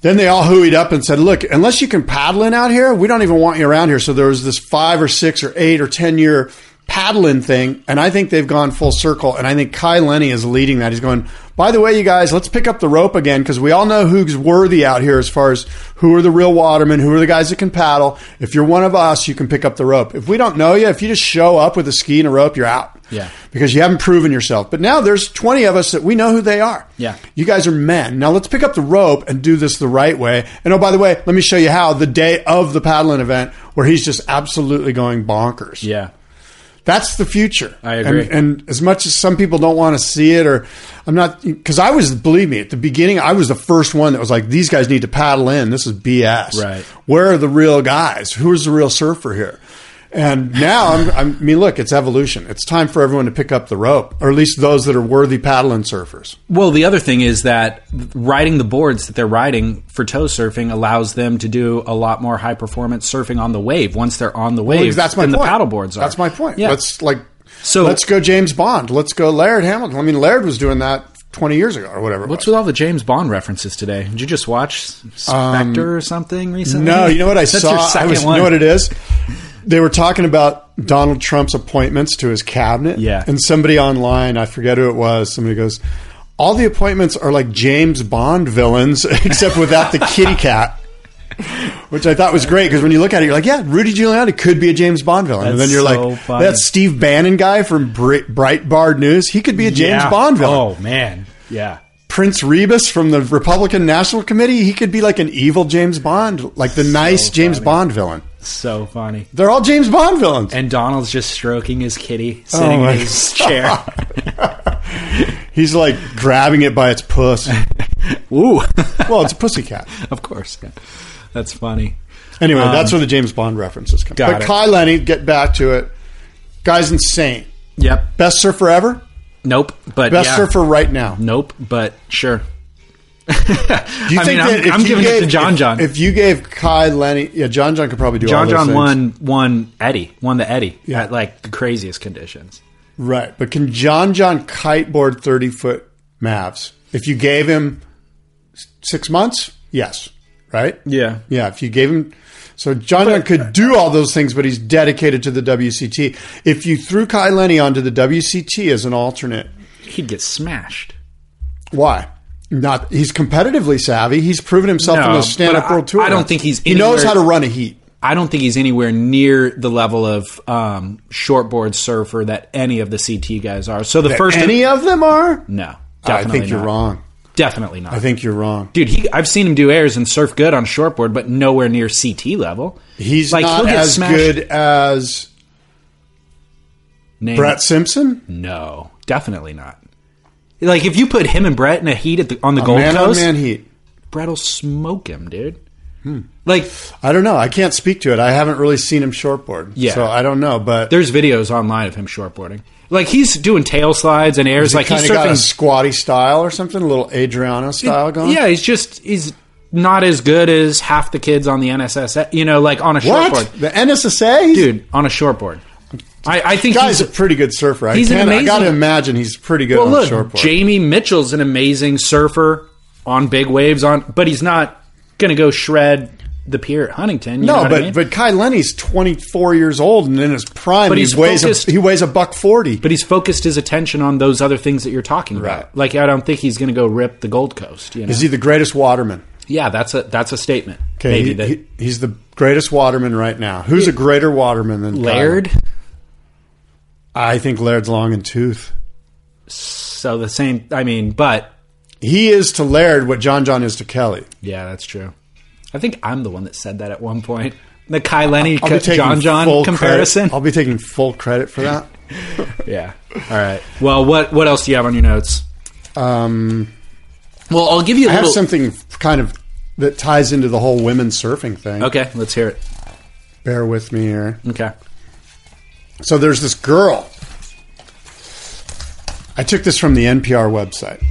Then they all hooied up and said, "Look, unless you can paddle in out here, we don't even want you around here." So there was this five or six or eight or ten year paddling thing, and I think they've gone full circle. And I think Kai Lenny is leading that. He's going, "By the way, you guys, let's pick up the rope again because we all know who's worthy out here as far as who are the real watermen, who are the guys that can paddle. If you're one of us, you can pick up the rope. If we don't know you, if you just show up with a ski and a rope, you're out."
Yeah.
because you haven't proven yourself. But now there's 20 of us that we know who they are.
Yeah.
You guys are men. Now let's pick up the rope and do this the right way. And oh, by the way, let me show you how the day of the paddling event where he's just absolutely going bonkers.
Yeah.
That's the future.
I agree.
And, and as much as some people don't want to see it, or I'm not, because I was, believe me, at the beginning, I was the first one that was like, these guys need to paddle in. This is BS.
Right.
Where are the real guys? Who's the real surfer here? And now, I'm, I'm, I mean, look, it's evolution. It's time for everyone to pick up the rope, or at least those that are worthy paddling surfers.
Well, the other thing is that riding the boards that they're riding for tow surfing allows them to do a lot more high performance surfing on the wave once they're on the wave.
That's my
than
point.
the paddle boards are.
That's my point.
Yeah.
Let's like,
So-
let's go James Bond. Let's go Laird Hamilton. I mean, Laird was doing that 20 years ago or whatever. it was.
What's with all the James Bond references today? Did you just watch Spectre or something recently?
Um, No, you know what I
That's
saw?
Your
I
second
was-
one.
You know what it is? They were talking about Donald Trump's appointments to his cabinet.
Yeah.
And somebody online, I forget who it was, somebody goes, All the appointments are like James Bond villains, <laughs> except without the kitty cat. Which I thought was great because when you look at it, you're like, yeah, Rudy Giuliani could be a James Bond villain. and then
That's
you're
so
like,
funny.
that Steve Bannon guy from Bri- Breitbart News, he could be a James
Yeah.
Bond villain.
Oh man, yeah.
Prince Rebus from the Republican National Committee, he could be like an evil James Bond, like the nice James Bond villain.
So funny.
They're all James Bond villains.
And Donald's just stroking his kitty sitting
Oh my
in his chair.
<laughs> He's like grabbing it by its puss.
Ooh, <laughs>
well, it's a pussy cat.
of course. Yeah. That's funny.
Anyway, that's where the James Bond references come.
Um, got
But
it.
Kai Lenny, get back to it. Guy's insane.
Yep.
Best surfer ever.
Nope. But
Best
yeah.
surfer right now.
Nope. But sure.
Do you
<laughs> I
think
mean,
that
I'm-
if
I'm
you
giving it
gave-
to John
if-
John.
If you gave Kai Lenny, yeah, John John could probably do all
John
those
John
things.
won won Eddie won the Eddie
Yeah.
at like the craziest conditions.
Right, but can John John kiteboard thirty foot Mavs? If you gave him s- six months, yes, right?
Yeah.
yeah. If you gave him, so John John could do all those things, but he's dedicated to the WCT. If you threw Kai Lenny onto the WCT as an alternate,
He'd get smashed.
why? Not he's competitively savvy. He's proven himself
No,
in the stand
but
up
I-
world tour.
I don't think he's
he knows
anywhere-
how to run a heat.
I don't think he's anywhere near the level of um, shortboard surfer that any of the CT guys are. So the first
Any of them are?
no,
I
definitely
think you're
not.
wrong.
Definitely not.
I think you're wrong.
dude, he, I've seen him do airs and surf good on shortboard, but nowhere near CT level.
He's not
he'll get
as
smashed-
good as
Name-
Brett Simpson.
No, definitely not. Like if you put him and Brett in a heat at the, on the Gold
man
Coast,
on man Hmm. heat.
Brett will smoke him, dude. Like
I don't know. I can't speak to it. I haven't really seen him shortboard.
Yeah.
So I don't know. But
there's videos online of him shortboarding. Like he's doing tail slides and airs.
he's
Like he's
kind of got a
surfing.
squatty style or something, a little Adriano style going.
Yeah, he's just he's not as good as half the kids on the NSS. You know, like on a
What?
shortboard,
The NSSA?
dude. On a shortboard, I, I think
Guy's a
he's.
pretty good surfer. I,
he's an
can, I
amazing-
gotta imagine he's pretty good
Well,
on
look,
shortboard.
Jamie Mitchell's an amazing surfer on big waves on, but he's not gonna go shred the pier at Huntington. You know
no,
what
but
I mean?
but Kai Lenny's twenty four years old and in his prime.
But
he
he's
weighs
focused-
a, he weighs a buck forty.
But he's focused his attention on those other things that you're talking about.
Right.
Like I don't think he's going to go rip the Gold Coast. You know?
Is he the greatest waterman?
yeah, that's a that's a statement.
Okay,
Maybe
he-
that
he- he's the greatest waterman right now. Who's a greater waterman than Kai
Laird.
Lenny? I think Laird's long in tooth.
So the same. I mean, but
He is to Laird what John John is to Kelly.
Yeah, that's true. I think I'm the one that said that at one point. The Kai Lenny
I'll be taking
John John
full
comparison.
Credit. I'll be taking full credit for that.
<laughs> Yeah. All right. Well, what what else do you have on your notes?
Um,
Well, I'll give you a
I have
little.
something kind of that ties into the whole women surfing thing.
okay, let's hear it.
Bear with me here.
Okay.
So there's this girl. I took this from the NPR website.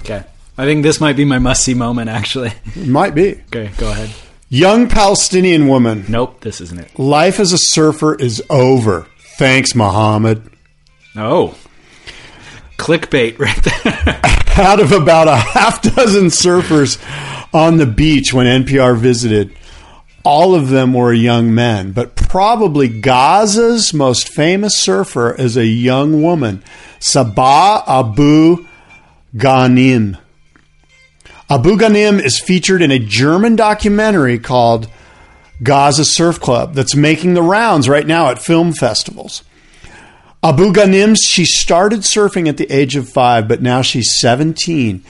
Okay. I think this might be my must see moment, actually.
It might be.
<laughs> okay, go ahead.
Young Palestinian woman.
Nope, this isn't it.
Life as a surfer is over. Thanks, Muhammad.
Oh. Clickbait right <laughs> there.
Out of about a half dozen surfers on the beach when NPR visited, all of them were young men, but probably Gaza's most famous surfer is a young woman, Sabah Abu Ghanim. Abu Ghanim is featured in a German documentary called Gaza Surf Club that's making the rounds right now at film festivals. Abu Ghanim, she started surfing at the age of five, but now she's 17.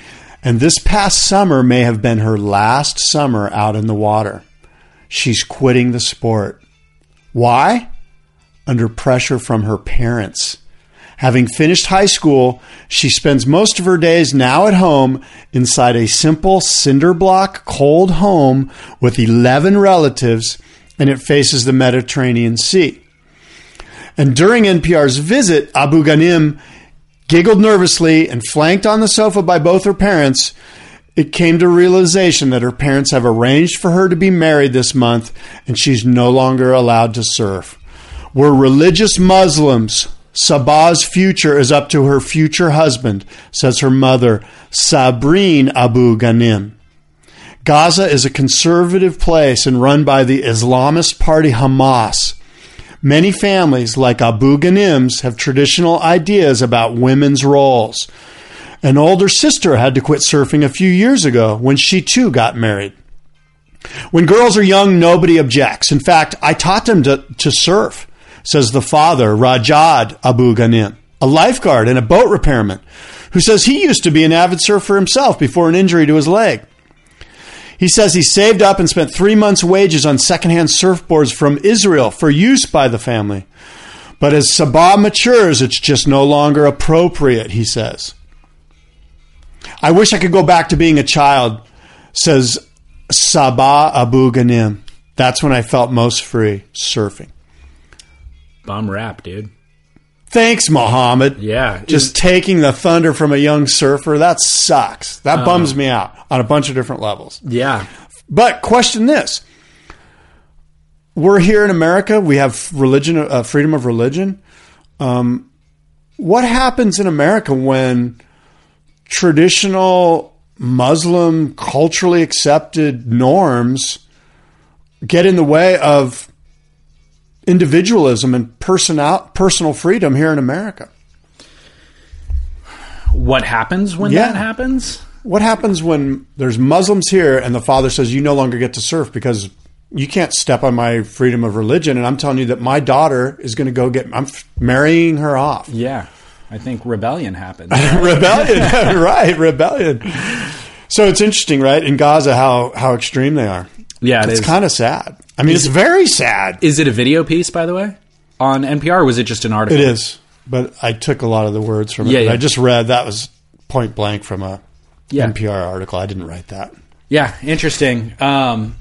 And this past summer may have been her last summer out in the water. She's quitting the sport. Why? Under pressure from her parents. Having finished high school, she spends most of her days now at home inside a simple cinder block cold home with 11 relatives, and it faces the Mediterranean Sea. And during NPR's visit, Abu Ghanim giggled nervously and flanked on the sofa by both her parents. It came to realization that her parents have arranged for her to be married this month and she's no longer allowed to surf. We're religious Muslims. Sabah's future is up to her future husband, says her mother, Sabrine Abu Ghanim. Gaza is a conservative place and run by the Islamist party Hamas. Many families, like Abu Ghanim's, have traditional ideas about women's roles. An older sister had to quit surfing a few years ago when she too got married. When girls are young, nobody objects. In fact, I taught them to, to surf, says the father, Rajad Abu Ghanim, a lifeguard and a boat repairman, who says he used to be an avid surfer himself before an injury to his leg. He says he saved up and spent three months' wages on secondhand surfboards from Israel for use by the family. But as Sabah matures, it's just no longer appropriate, he says. I wish I could go back to being a child, says Sabah Abu Ghanim. That's when I felt most free surfing.
Bum rap, dude.
Thanks, Muhammad.
Yeah.
Just taking the thunder from a young surfer, that sucks. That bums me out on a bunch of different levels.
Yeah.
But question this: We're here in America. We have religion, uh, freedom of religion. Um, what happens in America when traditional Muslim, culturally accepted norms get in the way of individualism and personal personal freedom here in America?
What happens when
Yeah.
that happens?
What happens when there's Muslims here and the father says you no longer get to surf because you can't step on my freedom of religion and I'm telling you that my daughter is going to go get I'm f- marrying her
<laughs>
off.
Yeah. I think
<laughs>
rebellion happens.
rebellion, <laughs> right, rebellion. So it's interesting, right, in Gaza how how extreme they are.
yeah, it
it's
is.
kind of sad. I mean, it's very sad.
is it a video piece, by the way? On NPR, or was it just an article?
It is. But I took a lot of the words from it.
Yeah,
that
yeah.
I just read that was point blank from a
Yeah.
NPR article. I didn't write that.
Yeah, interesting. Um,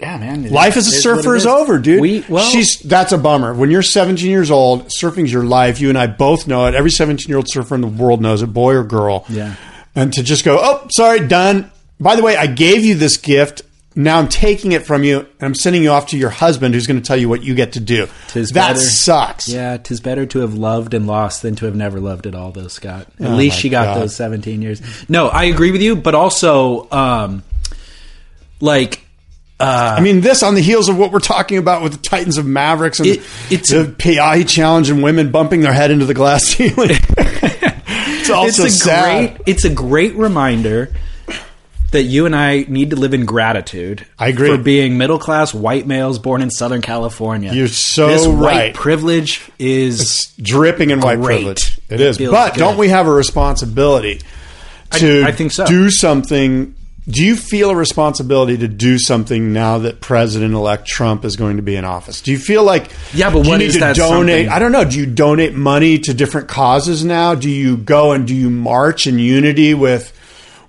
yeah, man. it
Life as a
is what
surfer
it
is. over, dude.
We, well,
She's that's a bummer. When you're 17 years old, surfing's your life. You and I both know it. Every 17 year old surfer in the world knows it, boy or girl.
Yeah.
And to just go, oh, sorry, done. By the way, I gave you this gift. Now I'm taking it from you, and I'm sending you off to your husband, who's going to tell you what you get to do.
Tis
that
better.
sucks.
Yeah, tis better to have loved and lost than to have never loved at all, though, Scott. At least
Oh my
she got
God.
those 17 years. No, I agree with you, but also, um, like,
I mean, this on the heels of what we're talking about with the Titans of Mavericks and
It- it's-
the PI challenge and women bumping their head into the glass <laughs>
<laughs>
ceiling. it's also
it's a
sad.
great it's a great reminder that you and I need to live in gratitude.
I agree.
for being middle class white males born in Southern California.
You're so
this
right.
White privilege is
dripping in white
Great.
privilege. It is.
Feels
But
good.
don't we have a responsibility to
I think so.
do something. Do you feel a responsibility to do something now that President-elect Trump is going to be in office? Do you feel like
Yeah, but
do you
what
need
is
to
that
donate?
something?
I don't know. Do you donate money to different causes now? Do you go and do you march in unity with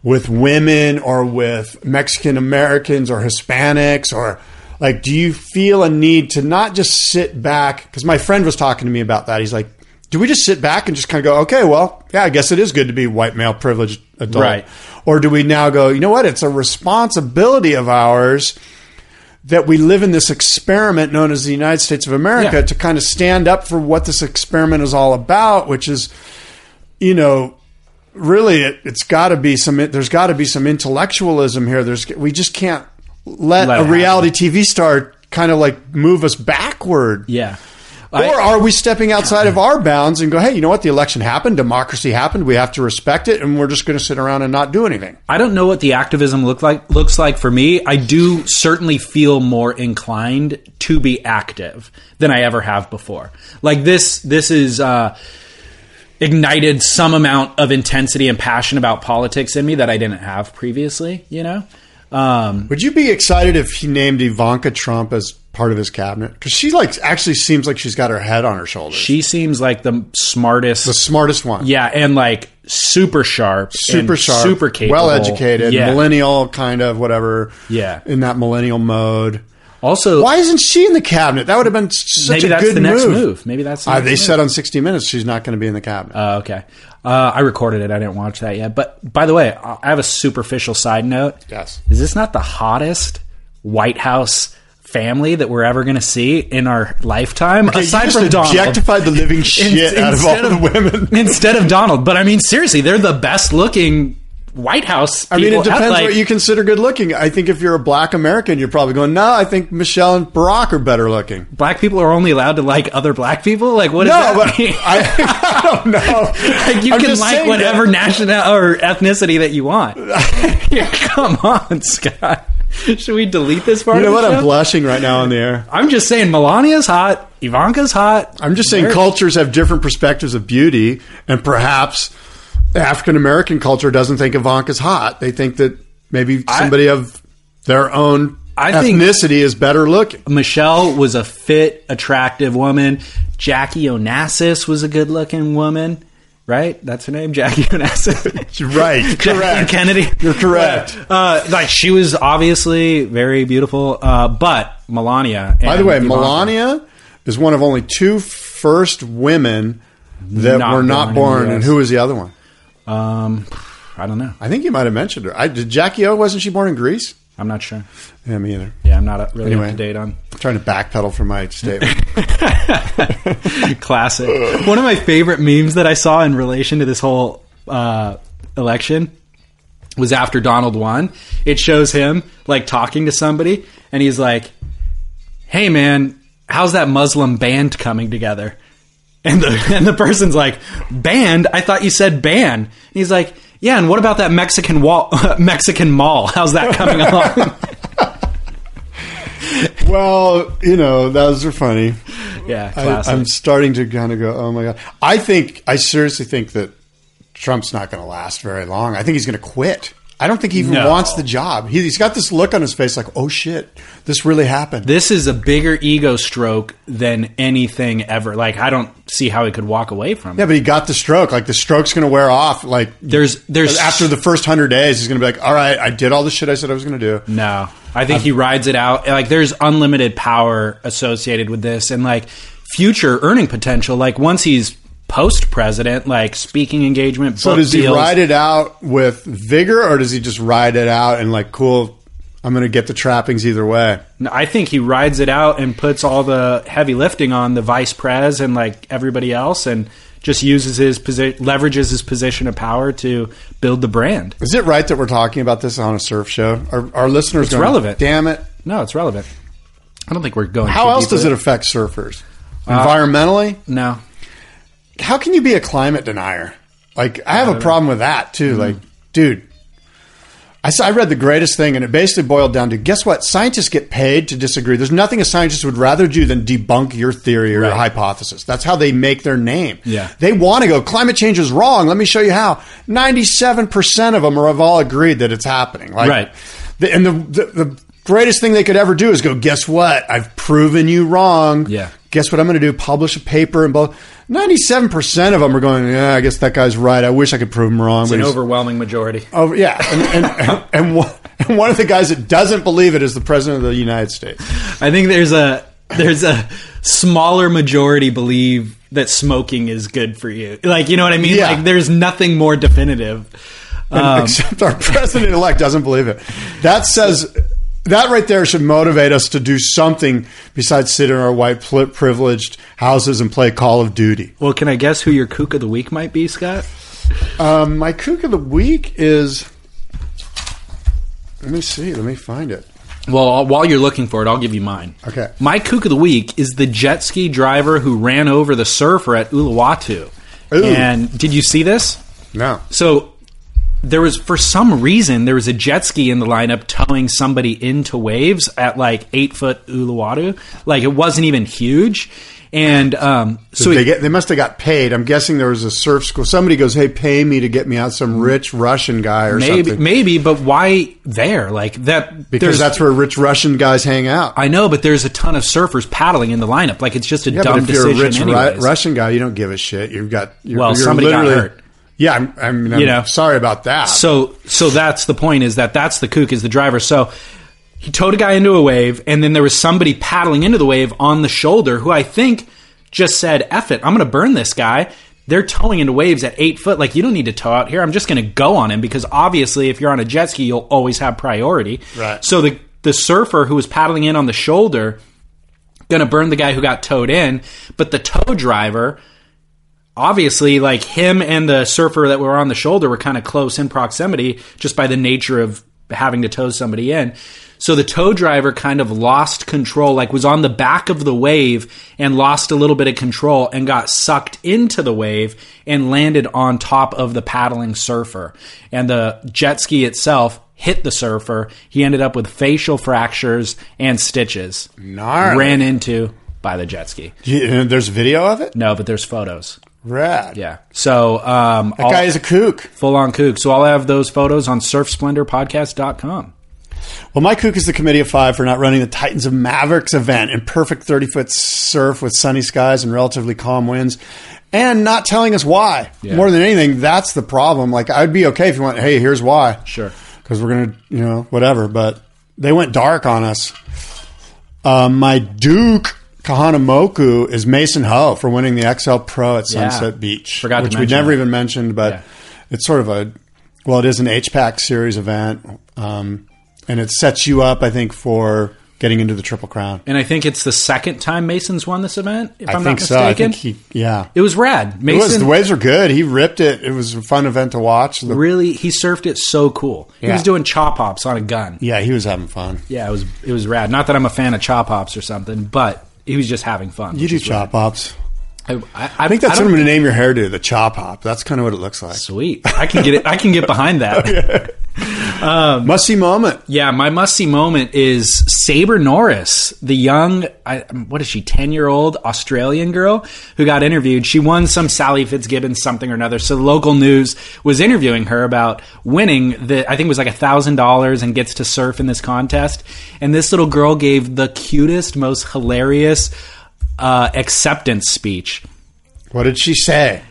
with women or with Mexican Americans or Hispanics or like do you feel a need to not just sit back cuz my friend was talking to me about that. He's like, "Do we just sit back and just kind of go, okay, well, yeah, I guess it is good to be white male privileged adult."
Right.
Or do we now go, "You know what? It's a responsibility of ours." that we live in this experiment known as the United States of America
Yeah.
to kind of stand up for what this experiment is all about, which is, you know, really it, it's got to be some. There's got to be some intellectualism here. There's we just can't let,
Let it
a reality TV star kind of like move us backward.
Yeah.
Or are we stepping outside of our bounds and go, hey, you know what? The election happened, democracy happened, we have to respect it, and we're just going to sit around and not do anything.
I don't know what the activism look like looks like for me. I do certainly feel more inclined to be active than I ever have before. Like this this is uh ignited some amount of intensity and passion about politics in me that I didn't have previously, you know? Um
Would you be excited if he named Ivanka Trump as part of his cabinet? Because she like actually seems like she's got her head on her shoulders.
she seems like the smartest
the smartest one.
yeah, and like super sharp,
Super
and
sharp,
super capable,
well educated,
Yeah.
millennial kind of whatever.
Yeah.
in that millennial mode.
Also,
Why isn't she in the cabinet? That would have been such
maybe
a
that's
good
the next
move.
move. Maybe that's the
Uh,
next
they
move.
said on 60 Minutes she's not going to be in the cabinet.
Uh, okay. Uh, I recorded it. I didn't watch that yet. But by the way, I I have a superficial side note.
Yes.
Is this not the hottest White House family that we're ever going to see in our lifetime?
Okay, you
aside
just
from Donald.
objectified the living shit out of all
instead
the women.
<laughs> instead of Donald. But I mean, seriously, they're the best looking White House.
I mean,
people
it
out-
depends
like-
what you consider good looking. I think if you're a black American, you're probably going, no, I think Michelle and Barack are better looking.
Black people are only allowed to like other black people. Like, what
No,
does that
but
mean?
I, <laughs> I don't know.
like <laughs> you
I'm
can
just
like
saying
whatever
that.
national or ethnicity that you want.
<laughs>
<laughs> Yeah, come on, Scott. Should we delete this part?
You know
of
what?
the
I'm
show?
blushing right now on the air.
I'm just saying Melania's hot, Ivanka's hot.
I'm just saying
They're-
cultures have different perspectives of beauty, and perhaps African American culture doesn't think Ivanka's hot. They think that maybe somebody of their own
I think-
ethnicity is better looking.
Michelle was a fit, attractive woman. Jackie Onassis was a good-looking woman, right? That's her name, Jackie <laughs> Onassis.
You're
<laughs>
right.
Jacqueline
Correct.
Kennedy.
You're correct.
Uh, like she was obviously very beautiful, uh, but Melania.
By the
and
way,
Ivanka-
Melania is one of only two first women that
Not
were not
born in the
born. And
US.
who was the other one?
Um, I don't know.
I think you might have mentioned her. I, did Jackie O? Wasn't she born in Greece?
I'm not sure.
Yeah, me either.
Yeah, I'm not uh, really
Anyway.
up to date on <laughs>
I'm trying to backpedal from my statement.
classic. One of my favorite memes that I saw in relation to this whole uh, election was after Donald won. It shows him like talking to somebody, and he's like, "Hey, man, how's that Muslim band coming together?" And the <laughs> and the person's like, "Band? I thought you said ban." And he's like, "Yeah, and what about that Mexican wall, <laughs> Mexican mall? How's that coming along?" <laughs>
well, you know, those are funny.
yeah,
I,
classic.
I'm starting to kind of go, oh my god. I think I seriously think that Trump's not going to last very long. I think he's going to quit. I don't think he even
No.
wants the job. He, he's got this look on his face, like, oh shit, this really happened.
this is a bigger ego stroke than anything ever. Like I don't see how he could walk away from
yeah,
it.
but he got the stroke. Like the stroke's going to wear off. Like
There's there's
after the first hundred days, he's going to be like, all right, I did all the shit I said I was going to do.
no. I think he rides it out. Like there's unlimited power associated with this and like future earning potential like once he's post president like speaking engagement
So
book
does he
deals.
ride it out with vigor, or does he just ride it out and like, cool, I'm going to get the trappings either way?
No, I think he rides it out and puts all the heavy lifting on the vice pres and like everybody else and just uses his position leverages his position of power to build the brand.
Is it right that we're talking about this on a surf show? Our, our listeners
It's
going,
relevant.
Damn it!
No, it's relevant. I don't think we're going.
How
too
else
deep with
does it affect surfers?
Uh,
Environmentally,
No,
how can
Mm-hmm.
you be a climate denier? Like I have a problem with that too. Like, dude, I, saw, I read the greatest thing, and it basically boiled down to guess what? Scientists get paid to disagree. There's nothing a scientist would rather do than debunk your theory or your hypothesis. That's how they make their name.
Yeah.
They want to go, climate change is wrong. Let me show you how. 97% of them are, have all agreed that it's happening. Like,
Right.
The, and the, the, the greatest thing they could ever do is go, guess what? I've proven you wrong.
Yeah.
Guess what I'm going to do? Publish a paper and both. 97% of them are going, yeah, I guess that guy's right. I wish I could prove him wrong.
It's
but
an
he's-
overwhelming majority.
Oh yeah, and
<laughs>
and, and, one, and one of the guys that doesn't believe it is the president of the United States.
I think there's a there's a smaller majority believe that smoking is good for you. Like you know what I mean?
Yeah.
Like there's nothing more definitive. Um,
And except our president elect doesn't believe it. That says that right there should motivate us to do something besides sit in our white pl- privileged houses and play Call of Duty.
Well, can I guess who your kook of the week might be, Scott?
Um, my kook of the week is. Let me see. Let me find it.
Well, while you're looking for it, I'll give you mine.
Okay.
My kook of the week is the jet ski driver who ran over the surfer at Uluwatu.
Ooh.
And did you see this?
No.
So there was for some reason there was a jet ski in the lineup towing somebody into waves at like eight foot Uluwatu. Like it wasn't even huge. And um, so
they
it-
get they must have got paid. I'm guessing there was a surf school. Somebody goes, "Hey, pay me to get me out some rich Russian guy or
Mm-hmm. maybe
something."
maybe, but why there? Like that
Because
there's-
that's where rich Russian guys hang out.
I know, but there's a ton of surfers paddling in the lineup. Like it's just a
yeah,
dumb
but if you're a
decision.
rich Ru-
anyways.
Russian guy, you don't give a shit. You've got you're,
Well,
you're
somebody got
literally-
hurt.
Yeah, I'm, I'm, I'm
You know.
sorry about that.
So so that's the point is that that's the kook is the driver. So he towed a guy into a wave, and then there was somebody paddling into the wave on the shoulder who I think just said, "F it, I'm going to burn this guy." They're towing into waves at eight foot. Like you don't need to tow out here. I'm just going to go on him because obviously, if you're on a jet ski, you'll always have priority.
Right.
So the the surfer who was paddling in on the shoulder going to burn the guy who got towed in, but the tow driver obviously like him and the surfer that were on the shoulder were kind of close in proximity just by the nature of having to tow somebody in so the tow driver kind of lost control like was on the back of the wave and lost a little bit of control and got sucked into the wave and landed on top of the paddling surfer and the jet ski itself hit the surfer he ended up with facial fractures and stitches
Gnarly.
ran into by the jet ski
You- and there's video of it.
no but there's photos
Rad.
yeah. So um,
that guy is a kook.
full on kook. So I'll have those photos on surfsplendorpodcast.com.
Well, my kook is the committee of five for not running the Titans of Mavericks event in perfect 30 foot surf with sunny skies and relatively calm winds, and not telling us why. More than anything, that's the problem. Like I'd be okay if you went, hey, here's why.
Sure.
because we're gonna, you know, whatever. But they went dark on us. Uh, my Duke Kahanamoku is Mason Ho for winning the XL Pro at
Yeah.
Sunset Beach,
Forgot to
which we
mention
never
that.
even mentioned. But
Yeah.
it's sort of a well, it is an H Pack series event, um, and it sets you up, I think, for getting into the Triple Crown.
And I think it's the second time Mason's won this event, if
I
I am
think
not
so.
mistaken.
I think he, yeah.
it was rad.
It
Mason
was the waves were good. He ripped it. It was a fun event to watch. The-
really he surfed it so cool. He
Yeah.
was doing chop hops on a gun.
yeah, he was having fun.
Yeah, it was it was rad. Not that I'm a fan of chop hops or something, but he was just having fun.
You
which
do
is rad.
chop ups.
I, I,
I think
I
that's what
don't
I'm going to name your hairdo, the chop hop. That's kind of what it looks like.
sweet. I can get it. I can get
<laughs>
behind that.
Must see moment.
Yeah, my must see moment is Saber Norris, the young, I, what is she, 10 year old Australian girl who got interviewed. She won some Sally Fitzgibbon something or another. So the local news was interviewing her about winning the, I think it was like $1,000 and gets to surf in this contest. And this little girl gave the cutest, most hilarious uh, acceptance speech
What did she say?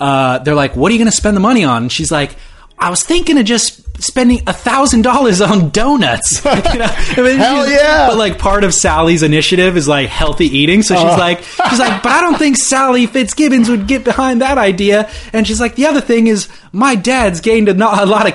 uh, they're like, "What are you going to spend the money on?" And she's like, "I was thinking of just spending a thousand dollars on donuts." <laughs> You know? I mean,
Hell
she's-
yeah.
But like, part of Sally's initiative is like healthy eating, so she's
Oh.
like, she's like, "But I don't think Sally Fitzgibbons would get behind that idea." And she's like, "The other thing is, my dad's gained a, no- a lot of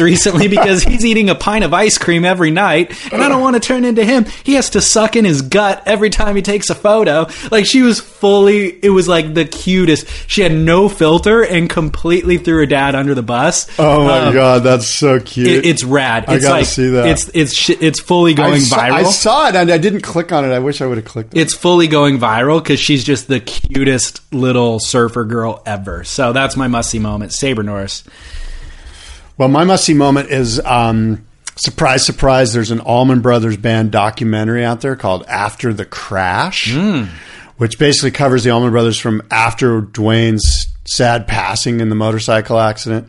<laughs>
recently because he's eating a pint of ice cream every night, and I don't want to turn into him. He has to suck in his gut every time he takes a photo." Like, she was fully. It was like the cutest. She had no filter and completely threw her dad under the bus.
Oh my
Um,
god, that's so cute.
it- it's rad.
I
It's
gotta
like,
see that.
It's it's sh- it's fully going
I saw,
viral.
I saw it and I didn't click on it. I wish I would have clicked. It.
it's fully going viral because she's just the cutest little surfer girl ever. So that's my must see moment, Saber Norris.
Well, my must see moment is um, surprise, surprise. There's an Allman Brothers Band documentary out there called After the Crash, which basically covers the Allman Brothers from after Dwayne's sad passing in the motorcycle accident.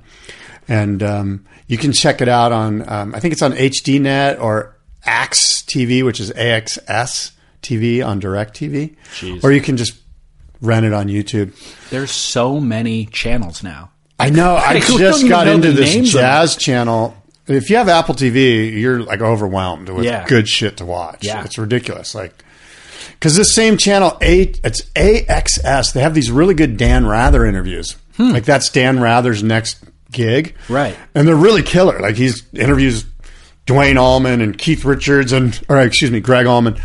And um, you can check it out on, um, I think it's on HDNet or AX TV, which is AXS TV on DirecTV. Or you can just rent it on YouTube.
There's so many channels now.
I know. I
<laughs> Like, we don't
just
even
got
know
into
the
this
names of
jazz channel. If you have Apple TV, you're like overwhelmed with
Yeah.
good shit to watch.
Yeah.
It's ridiculous. Like, because this same channel, A, it's AXS, they have these really good Dan Rather interviews. Like, that's Dan Rather's next gig.
Hmm. Right.
And they're really killer. Like, he's interviews Dwayne Allman and Keith Richards and, or excuse me, Greg Allman.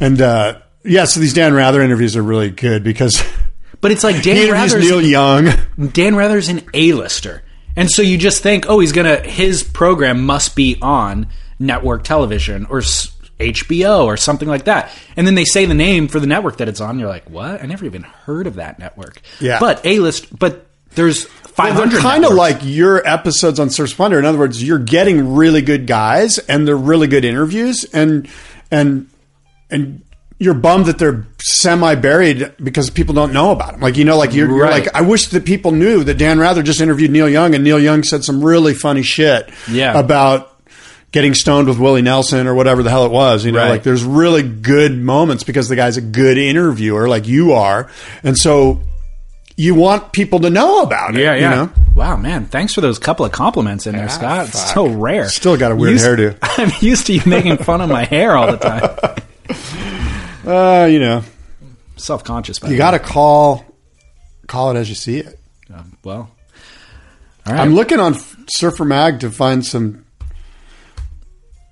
And, uh, yeah, so these Dan Rather interviews are really good because <laughs>
But it's like
he
Dan
interviews
Rather's
Neil Young.
Dan Rather's an A-lister. And so you just think, oh, he's gonna his program must be on network television or s- HBO or something like that. And then they say the name for the network that it's on. You're like, what? I never even heard of that network.
Yeah.
But A-list. But there's 500.
Well, they're kind of
networks.
like your episodes on Surf Splendor. In other words, you're getting really good guys, and they're really good interviews, and and and you're bummed that they're semi buried because people don't know about them. Like you know, like you're, you're
Right.
like I wish that people knew that Dan Rather just interviewed Neil Young, and Neil Young said some really funny shit
Yeah.
about getting stoned with Willie Nelson or whatever the hell it was. You know,
Right.
like there's really good moments because the guy's a good interviewer, like you are, and so. You want people to know about it.
Yeah,
you
yeah.
know? Ah,
Wow, man. Thanks for those couple of compliments in there, Scott. It's so rare.
Still got a weird
Used-
hairdo.
<laughs> I'm used to you making fun of my hair all
<laughs>
the time.
Uh, you know,
Self conscious,
you got to call call it as you see it.
Um, Well, all right.
I'm looking on Surfer Mag to find some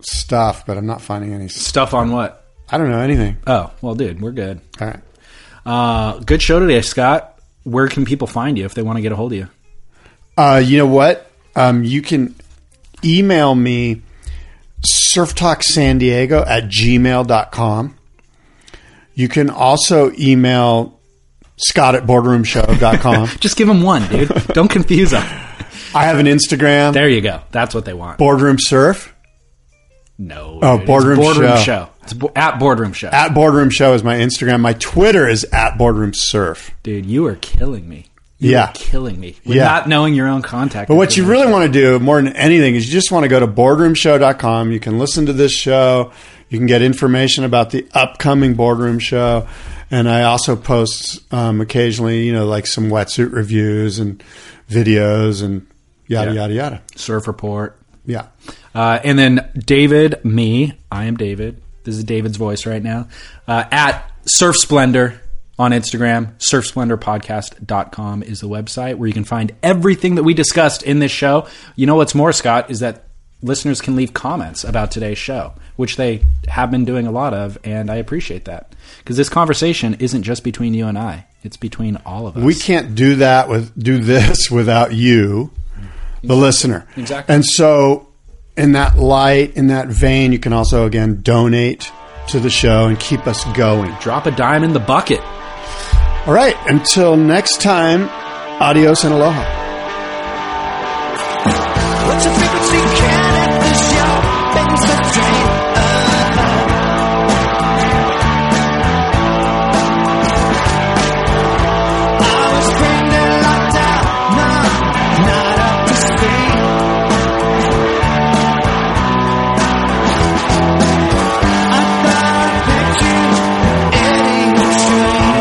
stuff, but I'm not finding any. s-
Stuff on what?
I don't know anything.
Oh, well, dude, we're good.
All right.
Uh, good show today, Scott. Where can people find you if they want to get a hold of you?
Uh, you know what? Um, you can email me surftalksandiego at gmail.com. You can also email Scott at <laughs> boardroomshow.com.
Just give them one,
<laughs>
dude. Don't confuse them.
I have an Instagram,
There you go. That's what they want.
boardroom surf.
no.
Oh,
dude. It's
Boardroom
boardroom
Show.
It's bo- at boardroom show.
At boardroom show is my Instagram. My Twitter is at boardroom surf.
dude, you are killing me. You
Yeah.
are killing me. With
Yeah.
Not knowing your own contact.
But what you really want to do more than anything is you just want to go to boardroomshow.com. You can listen to this show. You can get information about the upcoming boardroom show. And I also post um, occasionally, you know, like some wetsuit reviews and videos and yada,
Yeah.
yada, yada.
surf report.
Yeah.
Uh, and then David, me, I am David. This is David's voice right now. Uh, at Surf Splendor on Instagram, surfsplendorpodcast.com is the website where you can find everything that we discussed in this show. You know what's more, Scott, is that listeners can leave comments about today's show, which they have been doing a lot of, and I appreciate that. Because this conversation isn't just between you and I, it's between all of us.
We can't do that with, do this <laughs> without you, the listener.
Exactly.
And so, in that light, in that vein, you can also, again, donate to the show and keep us going.
drop a dime in the bucket.
All right. Until next time, adios and aloha.
What's your frequency? Can it this your things that drain alive? I was trained and locked out, not, not up to speed. I thought I picked you in a dream.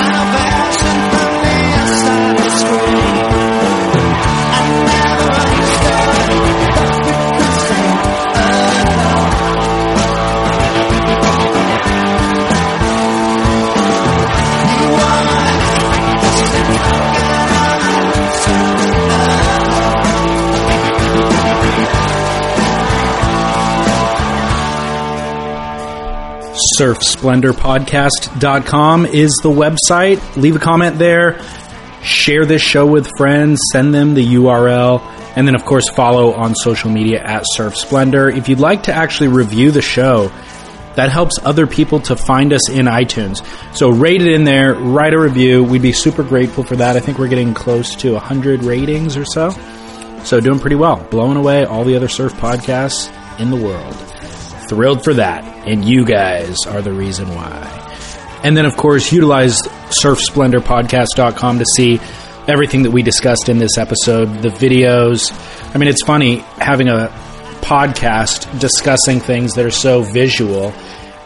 Time passing from the outside of screen. I never understood the frequency of love. You are
surfsplendorpodcast.com is the website. Leave a comment there. Share this show with friends. Send them the URL. And then, of course, follow on social media at Surf Splendor. If you'd like to actually review the show, that helps other people to find us in iTunes. So rate it in there, write a review. We'd be super grateful for that. I think we're getting close to 100 ratings or so. So doing pretty well, blowing away all the other surf podcasts in the world. Thrilled for that, and you guys are the reason why. And then, of course, utilize surfsplendorpodcast.com to see everything that we discussed in this episode, the videos. I mean, it's funny having a podcast discussing things that are so visual,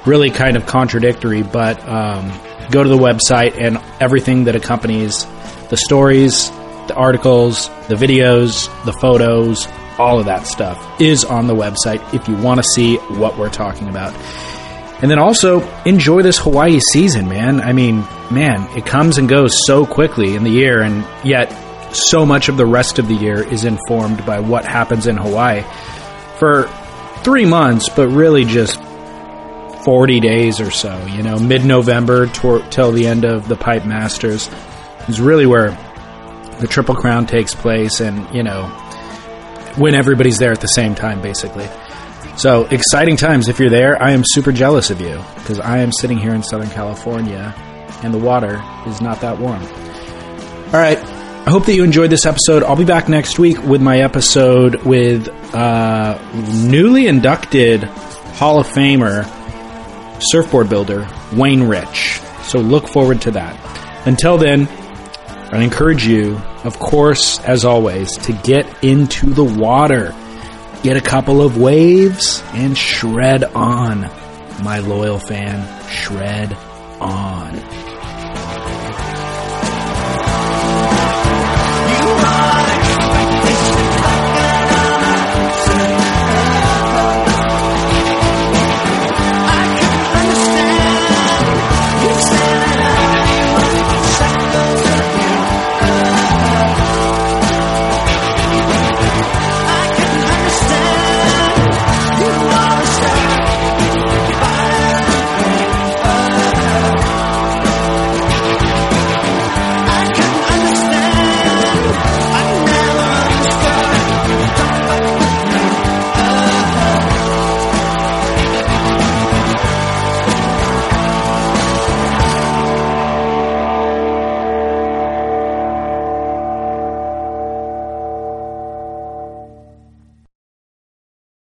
really kind of contradictory, but um, go to the website and everything that accompanies the stories, the articles, the videos, the photos, all of that stuff is on the website if you want to see what we're talking about. And then also enjoy this Hawaii season, man. I mean, man, it comes and goes so quickly in the year, and yet so much of the rest of the year is informed by what happens in Hawaii for three months, but really just 40 days or so, you know, mid November till the end of the Pipe Masters is really where the Triple Crown takes place, and, you know, when everybody's there at the same time, basically. So exciting times if you're there. I am super jealous of you because I am sitting here in Southern California and the water is not that warm. All right. I hope that you enjoyed this episode. I'll be back next week with my episode with uh, newly inducted Hall of Famer surfboard builder Wayne Rich. So look forward to that. Until then, I encourage you, of course, as always, to get into the water get a couple of waves, and shred on. My loyal fan, shred on.